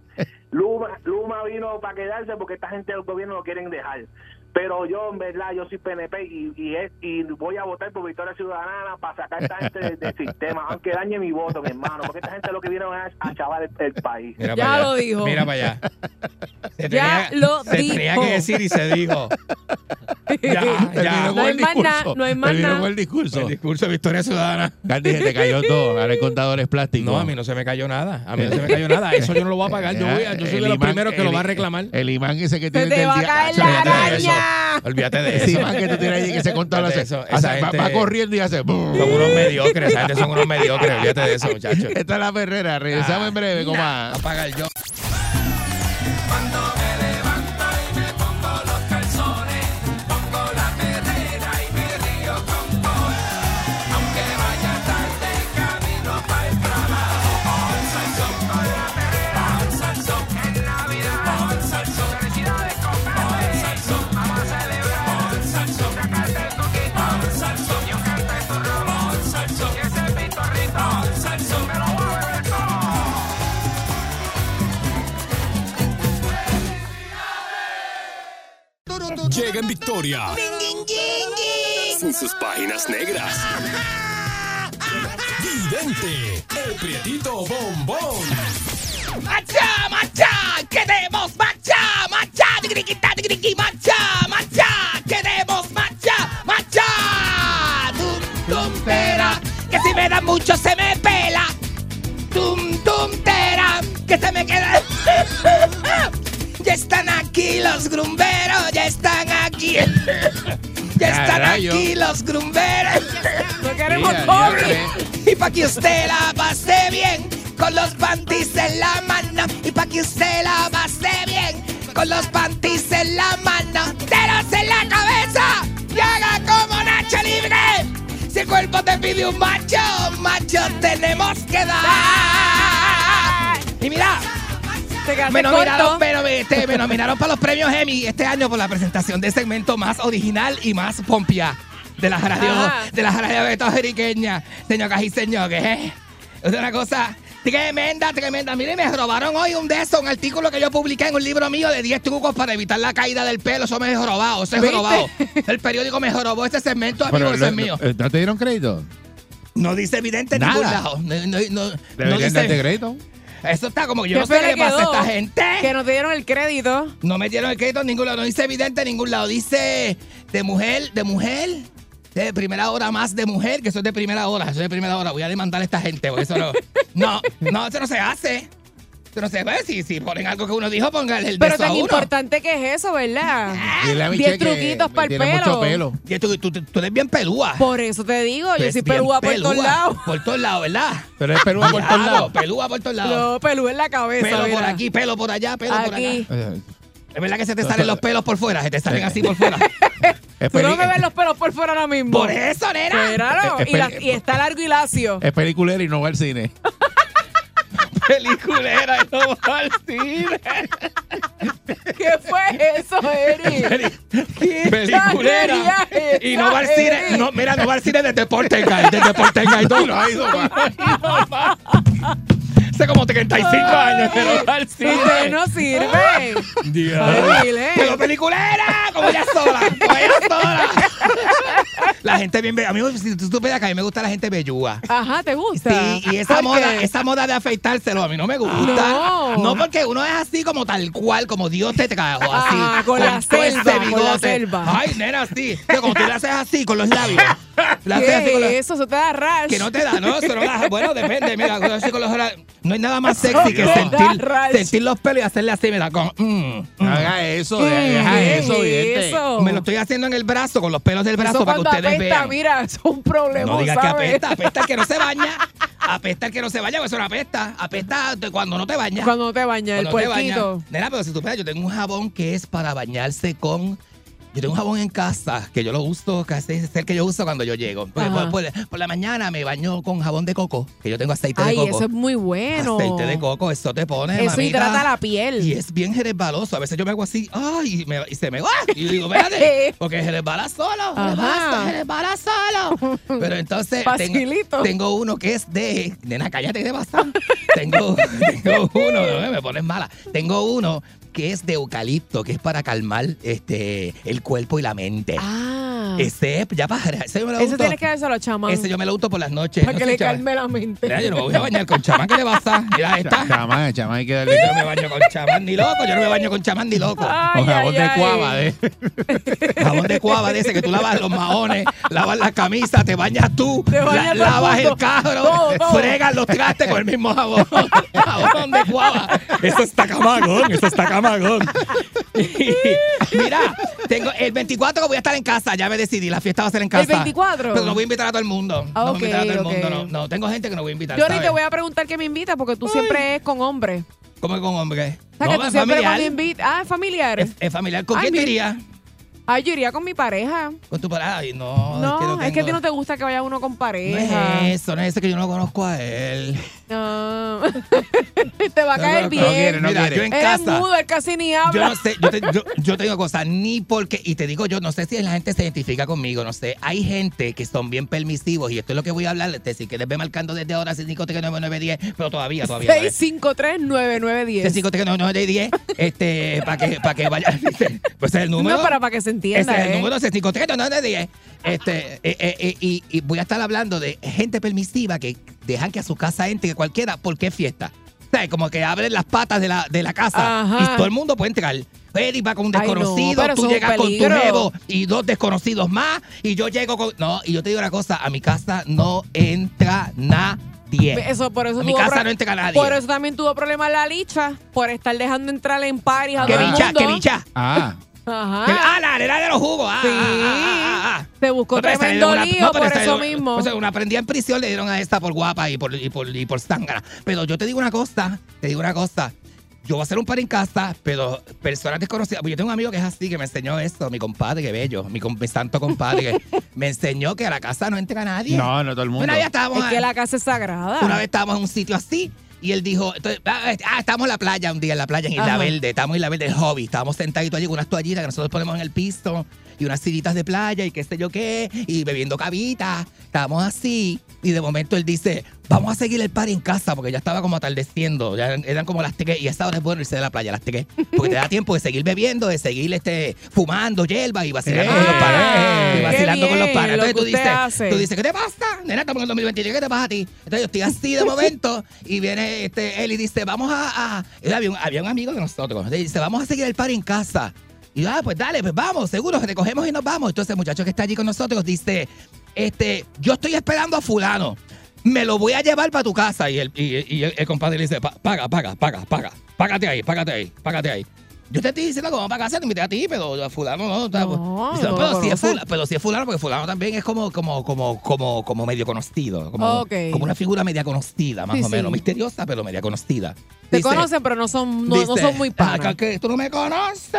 Speaker 9: Luma, Luma vino para quedarse porque esta gente del gobierno lo quieren dejar. Pero yo, en verdad, yo soy PNP y, y, es- y voy a votar por Victoria Ciudadana para sacar a esta gente del, del sistema, aunque dañe mi voto, mi hermano, porque esta gente lo que vieron es a chavar el, el país.
Speaker 3: Mira
Speaker 4: Ya
Speaker 3: para allá.
Speaker 4: lo dijo.
Speaker 3: Mira para allá. Se
Speaker 4: Ya lo
Speaker 3: se tenía
Speaker 4: dijo.
Speaker 3: que decir y se dijo. Ya,
Speaker 2: Terminó
Speaker 3: ya.
Speaker 2: con
Speaker 4: No hay
Speaker 2: el
Speaker 4: más nada,
Speaker 2: discurso.
Speaker 4: no hay más
Speaker 2: Terminó
Speaker 4: nada.
Speaker 2: con el discurso.
Speaker 3: El discurso de Victoria Ciudadana.
Speaker 2: Candy, se te cayó todo. Ahora hay contadores plásticos.
Speaker 3: No, a mí no se me cayó nada. A mí no se me cayó nada. Eso yo no lo voy a pagar. Yo, voy a- yo soy
Speaker 2: El
Speaker 3: de los
Speaker 2: imán-
Speaker 3: primeros que lo
Speaker 2: el-
Speaker 3: va a reclamar.
Speaker 2: El imán ese que
Speaker 4: Se
Speaker 2: tiene
Speaker 4: te va a caer la
Speaker 3: olvídate de eso.
Speaker 4: araña.
Speaker 3: Olvídate de eso.
Speaker 2: Ese imán que tú tienes ahí que se contador hace.
Speaker 3: Olvídate de eso.
Speaker 2: hace-
Speaker 3: Esa
Speaker 2: va,
Speaker 3: gente-
Speaker 2: va corriendo y hace. ¡bum!
Speaker 3: Son unos mediocres. Esa gente son unos mediocres. Olvídate de eso, muchachos.
Speaker 2: Esta es la Ferrera. Regresamos
Speaker 3: Ah,
Speaker 2: en breve, compa.
Speaker 3: Apaga el yo.
Speaker 1: Llega en victoria. Sin sus páginas negras. Vidente, el prietito bombón.
Speaker 10: ¡Macha, macha! ¡Queremos macha! ¡Macha! ¡Tiquiriquita, tiquiriqui! ¡Macha, macha! ¡Queremos macha! ¡Macha! ¡Tum, tum, tera! ¡Que si me dan mucho se me pela! ¡Tum, tum, tera! ¡Que se me queda! ¡Ya están aquí los grumberos! ¡Ya están aquí! ¡Ya están
Speaker 2: Carayo.
Speaker 10: aquí los grumberos!
Speaker 4: No queremos
Speaker 2: Mira,
Speaker 4: pobre.
Speaker 2: diantre.
Speaker 10: Y pa' que usted la pase bien con los panties en la mano. Y pa' que usted la pase bien con los panties en la mano. ¡Teros en la cabeza! ¡Y haga como Nacho Libre! Si el
Speaker 3: cuerpo te pide un macho, macho tenemos que dar. Y mira,
Speaker 4: Te quedaste
Speaker 3: me nominaron,
Speaker 4: corto.
Speaker 3: pero, este, me nominaron para los premios Emmy este año por la presentación del segmento más original y más pompia de la radio,
Speaker 4: Ajá.
Speaker 3: de la radio puertorriqueña, señor y señores. ¿eh? Es una cosa tremenda, tremenda. Miren, me robaron hoy un de esos, un artículo que yo publiqué en un libro mío de 10 trucos para evitar la caída del pelo. Eso me he robado, eso es
Speaker 4: ¿Viste?
Speaker 3: robado. El periódico me robó este segmento, amigo,
Speaker 2: Pero,
Speaker 3: eso es
Speaker 2: lo-
Speaker 3: mío.
Speaker 2: lo- ¿No te dieron crédito?
Speaker 3: No dice evidente en
Speaker 2: Nada.
Speaker 3: ningún lado. No, no- no- no
Speaker 2: Deberían darte
Speaker 3: dice.
Speaker 2: crédito.
Speaker 3: Eso está como que yo
Speaker 4: ¿Qué
Speaker 3: no sé
Speaker 4: fue
Speaker 3: qué
Speaker 4: que
Speaker 3: le pasa a
Speaker 4: quedó?
Speaker 3: esta gente.
Speaker 4: Que nos dieron el crédito.
Speaker 3: No me dieron el crédito en ningún lado, no dice evidente en ningún lado. Dice de mujer, de mujer, de primera hora más de mujer, que eso es de primera hora, eso es de primera hora. Voy a demandar a esta gente, porque eso no. No, no, eso no se hace. Eso no se ve. Si, si ponen algo que uno dijo, pongan el de
Speaker 4: Pero
Speaker 3: eso a
Speaker 4: tan
Speaker 3: uno.
Speaker 4: importante que es eso, ¿verdad?
Speaker 2: Dile a
Speaker 4: Diez
Speaker 2: Michelle que
Speaker 4: truquitos pa'l
Speaker 2: tiene
Speaker 4: pelo.
Speaker 2: mucho pelo.
Speaker 3: Y tú, tú, tú eres bien pelúa.
Speaker 4: Por eso te digo,
Speaker 3: Tú
Speaker 4: yo
Speaker 3: eres
Speaker 4: soy
Speaker 3: bien
Speaker 4: pelúa por todos
Speaker 3: pelúa,
Speaker 4: lados.
Speaker 3: Por todos lados, ¿verdad?
Speaker 2: Pero es pelúa por todos lados.
Speaker 3: Pelúa por todos lados.
Speaker 4: No, pelú en la cabeza.
Speaker 3: Pelo por
Speaker 4: mira.
Speaker 3: aquí, pelo por allá, pelo por acá.
Speaker 4: Aquí.
Speaker 2: Eh,
Speaker 3: Es verdad que se te salen los pelos por fuera, se te salen así por fuera.
Speaker 2: Es,
Speaker 4: Tú no
Speaker 2: peli-
Speaker 4: me ves los pelos por fuera ahora mismo.
Speaker 3: Por eso, nena.
Speaker 4: Claro,
Speaker 2: Eh, eh,
Speaker 4: y, la-
Speaker 2: espere-
Speaker 4: y está largo y lacio.
Speaker 2: es peliculera y no va al cine.
Speaker 3: Peliculera, y no va al cine.
Speaker 4: ¿Qué fue eso, Eri? ¿Qué
Speaker 3: Peliculera.
Speaker 4: charrería
Speaker 3: Y no va al
Speaker 4: esa,
Speaker 3: cine.
Speaker 4: Eri?
Speaker 3: No, mira, no va al cine desde Porter Guy. Desde Porter Guy. No, no ha ido más. Hace como 35 años que no va al cine.
Speaker 4: Ustedes no sirven.
Speaker 3: Dios. Pero
Speaker 4: Peliculera.
Speaker 3: peliculera, como ella sola, como ella sola. La gente bien bella. A mí, si tú, tú ves acá, a mí me gusta la gente bellúa.
Speaker 4: Ajá, ¿te gusta?
Speaker 3: Sí, y esa
Speaker 4: ¿Por
Speaker 3: moda,
Speaker 4: qué?
Speaker 3: esa moda de afeitárselo a mí no me gusta.
Speaker 4: No.
Speaker 3: porque uno es así como tal cual, como Dios te trajo, así.
Speaker 4: Ah, con la
Speaker 3: todo ese
Speaker 4: selva, con la
Speaker 3: bigote.
Speaker 4: selva.
Speaker 3: Ay, nena, así. Pero como tú le haces así con los labios. Le haces así con los-
Speaker 4: ¿Qué es eso? Eso te da rash.
Speaker 3: que no te da, no, eso no da. Bueno, depende, mira, yo soy con los labios- no hay nada más sexy que
Speaker 4: Te da
Speaker 3: sentir,
Speaker 4: rash.
Speaker 3: sentir los pelos y hacerle así, mira, con... mm, mm.
Speaker 2: Haga eso, de-
Speaker 4: Mm,
Speaker 2: haga
Speaker 4: ¿qué
Speaker 2: eso, vidente.
Speaker 4: eso?
Speaker 3: Me lo estoy haciendo en el brazo, con los pelos del brazo,
Speaker 4: Eso
Speaker 3: para que
Speaker 4: cuando
Speaker 3: ustedes
Speaker 4: apesta,
Speaker 3: vean.
Speaker 4: mira, eso es un problema,
Speaker 3: No digas que
Speaker 4: ¿sabes?
Speaker 3: apesta, apesta el que no se baña. Apesta el que no se baña, pues eso no apesta. Apesta de cuando no te bañas.
Speaker 4: Cuando no te bañas, el
Speaker 3: Cuando te bañas.
Speaker 4: puerquito.
Speaker 3: Nena, pero si tú pegas, yo tengo un jabón que es para bañarse con. Yo tengo un jabón en casa que yo lo uso, casi es el que yo uso cuando yo llego. Por, por-
Speaker 4: Ajá.
Speaker 3: por- por la mañana me baño con jabón de coco, que yo tengo aceite
Speaker 4: Ay,
Speaker 3: de coco.
Speaker 4: eso es muy bueno.
Speaker 3: Aceite de coco, eso te pone.
Speaker 4: Eso
Speaker 3: mamita.
Speaker 4: hidrata la piel.
Speaker 3: Y es bien resbaloso. A veces yo me hago así, ¡ay! Y, me- y se me va. ¡Ah! Y yo digo, espérate, porque se resbala solo.
Speaker 4: Ajá.
Speaker 3: Resbala, se resbala solo. Pero entonces. tengo-
Speaker 4: Facilito.
Speaker 3: Tengo, uno que es de. Nena, cállate de pasar. tengo, tengo uno, no, me pones mala. Tengo uno que es de eucalipto, que es para calmar este, el cuerpo y la mente.
Speaker 4: Ah.
Speaker 3: Ese, ya para. Ese, me lo
Speaker 4: Eso
Speaker 3: unto.
Speaker 4: tienes que dárselo a chamán.
Speaker 3: ese yo me lo uso por las noches. No
Speaker 4: para que
Speaker 3: sé,
Speaker 4: le
Speaker 3: chaval.
Speaker 4: calme la mente.
Speaker 3: Mira, yo no me voy a bañar con chamán, ¿qué le pasa? Mira,
Speaker 2: Cha-
Speaker 3: esta.
Speaker 2: Chamán, chamán, hay que darle.
Speaker 3: Yo no me baño con chamán ni loco, yo no me baño con chamán ni loco.
Speaker 4: Ay,
Speaker 2: Con jabón
Speaker 4: ay,
Speaker 2: de
Speaker 4: ay.
Speaker 2: cuava,
Speaker 3: ¿eh?
Speaker 2: de.
Speaker 3: Jabón de cuava de ese que tú lavas los maones, lavas las camisas, te bañas tú,
Speaker 4: Te baña todo el
Speaker 3: lavas
Speaker 4: mundo.
Speaker 3: el carro,
Speaker 4: Todo, todo.
Speaker 3: fregas los trastes con el mismo jabón. jabón de cuava. Eso está camagón, eso está camagón. Mira, tengo el 24 que voy a estar en casa, ya me decidí, la fiesta va a ser en casa.
Speaker 4: 24?
Speaker 3: Pero no voy a invitar a todo el mundo.
Speaker 4: Ah,
Speaker 3: no voy a invitar a todo el
Speaker 4: ok,
Speaker 3: mundo,
Speaker 4: ok.
Speaker 3: no. No, tengo gente que no voy a invitar.
Speaker 4: Yo ni te
Speaker 3: ¿sabes?
Speaker 4: voy a preguntar que me invitas porque tú siempre es con hombres.
Speaker 3: ¿Cómo que con hombre?
Speaker 4: O sea,
Speaker 3: No,
Speaker 4: que tú
Speaker 3: es
Speaker 4: siempre
Speaker 3: familiar.
Speaker 4: cuando invitas. Ah, es familiar.
Speaker 3: Es, es familiar. ¿Con
Speaker 4: Ay,
Speaker 3: quién
Speaker 4: mi-
Speaker 3: te irías?
Speaker 4: Ay, yo iría con mi pareja.
Speaker 3: Con tu parada. Ay, no.
Speaker 4: No,
Speaker 3: no
Speaker 4: es que a ti
Speaker 3: tengo-
Speaker 4: no te gusta que vaya uno con
Speaker 3: No
Speaker 4: pareja.
Speaker 3: es eso, no es eso que yo no conozco a él.
Speaker 4: No. te va a
Speaker 3: No, no,
Speaker 4: caer
Speaker 3: no
Speaker 4: bien.
Speaker 3: quiere, no
Speaker 2: Mira,
Speaker 3: quiere. yo en
Speaker 4: Eres
Speaker 3: casa.
Speaker 4: mudo, él casi ni
Speaker 3: Yo
Speaker 4: habla.
Speaker 3: no sé, yo, te, yo, yo te digo cosas, ni porque, y te digo yo, no sé si la gente se identifica conmigo, no sé. Hay gente que son bien permisivos y esto es lo que voy a hablar, este, si quieres ve marcando desde ahora 6539910, pero todavía, todavía. ¿eh?
Speaker 4: 6539910.
Speaker 3: 6539910, este, para que, para que vaya, pues es el número.
Speaker 4: No, para, para que se entienda.
Speaker 3: Ese es
Speaker 4: ¿eh?
Speaker 3: Este, el número 6539910. Este, eh, eh, eh, y, y voy a estar hablando de gente permisiva que dejan que a su casa entre cualquiera porque es fiesta. O sea, como que abren las patas de la, de la casa
Speaker 4: Ajá.
Speaker 3: y todo el mundo puede entrar. Eddie va con un
Speaker 4: Ay, no,
Speaker 3: desconocido,
Speaker 4: pero eso
Speaker 3: tú
Speaker 4: es un
Speaker 3: llegas con tu
Speaker 4: peligro.
Speaker 3: nuevo y dos desconocidos más y yo llego con... No, y yo te digo una cosa, a mi casa no entra nadie.
Speaker 4: Pues Eso, por eso
Speaker 3: A mi
Speaker 4: tuvo
Speaker 3: casa
Speaker 4: pro-
Speaker 3: no entra nadie.
Speaker 4: Por eso también tuvo problemas la licha, por estar dejando entrar en paris a
Speaker 3: ¡Qué
Speaker 4: todo el
Speaker 3: bicha,
Speaker 4: mundo.
Speaker 3: qué bicha!
Speaker 2: Ah,
Speaker 4: Ajá.
Speaker 3: ¡Ah, la nena de los jugos! ¡Ah,
Speaker 4: Sí.
Speaker 3: ah, ah, ah, ah!
Speaker 4: Se buscó
Speaker 3: pero esa le
Speaker 4: tremendo
Speaker 3: dieron una-
Speaker 4: lío
Speaker 3: no, pero
Speaker 4: por
Speaker 3: esa le
Speaker 4: eso
Speaker 3: dieron-
Speaker 4: mismo.
Speaker 3: O sea, una prendida en prisión le dieron a esta por guapa y por, y por, y por zángana. Pero yo te digo una cosa, te digo una cosa. yo voy a hacer un par en casa, pero personas desconocidas. Pues yo tengo un amigo que es así, que me enseñó esto, mi compadre, que bello, mi, com- mi santo compadre, que me enseñó que a la casa no entra nadie.
Speaker 2: No, no todo el mundo.
Speaker 3: Una vez estábamos,
Speaker 4: Es que la casa es sagrada.
Speaker 3: una vez estábamos en un sitio así. Y él dijo, entonces, ah, ah, estábamos en la playa un día, en la playa, en Isla
Speaker 4: Ajá.
Speaker 3: Verde, estábamos en Isla Verde, el hobby, estábamos sentaditos allí con unas toallitas que nosotros ponemos en el piso, y unas sillitas de playa, y qué sé yo qué, y bebiendo cavitas, estábamos así, y de momento él dice, vamos a seguir el par en casa, porque ya estaba como atardeciendo, ya eran, eran como las 3, y a esa hora es bueno irse de la playa, a las 3, porque te da tiempo de seguir bebiendo, de seguir este, fumando hierba y vacilando con los panas, y
Speaker 4: Ah, qué
Speaker 3: vacilando con los
Speaker 4: bien,
Speaker 3: panas.
Speaker 4: lo
Speaker 3: Entonces
Speaker 4: que
Speaker 3: tú
Speaker 4: usted
Speaker 3: dices,
Speaker 4: hace.
Speaker 3: tú dices, dice, ¿qué te pasa? Nena, estamos en el 2023, ¿qué te pasa a ti? Entonces yo estoy así de momento y viene este, él y dice, vamos a... a- y había, un, había un amigo de nosotros, y dice, vamos a seguir el party en casa. Y yo, ah, pues dale, pues vamos, seguro, te cogemos y nos vamos. Entonces el muchacho que está allí con nosotros dice, este, yo estoy esperando a fulano, me lo voy a llevar para tu casa. Y el, y, y el, el compadre le dice, "Pa- paga, paga, paga, paga, págate ahí, págate ahí, págate ahí. Yo te estoy diciendo cómo va a casa, te invité a ti, pero a fulano no. está-
Speaker 4: No,
Speaker 3: Dice,
Speaker 4: no lo
Speaker 3: pero si es
Speaker 4: conoce.
Speaker 3: fulano, pero si es fulano, porque fulano también es como, como, como, como, como medio conocido. Como,
Speaker 4: Ok.
Speaker 3: como una figura media conocida, más
Speaker 4: Sí,
Speaker 3: o menos.
Speaker 4: sí.
Speaker 3: Misteriosa, pero media conocida.
Speaker 4: Te
Speaker 3: Dice-
Speaker 4: conocen, pero no son, no, no
Speaker 3: dice,
Speaker 4: son muy
Speaker 3: "Ah,
Speaker 4: panas.
Speaker 3: que tú no me conoces.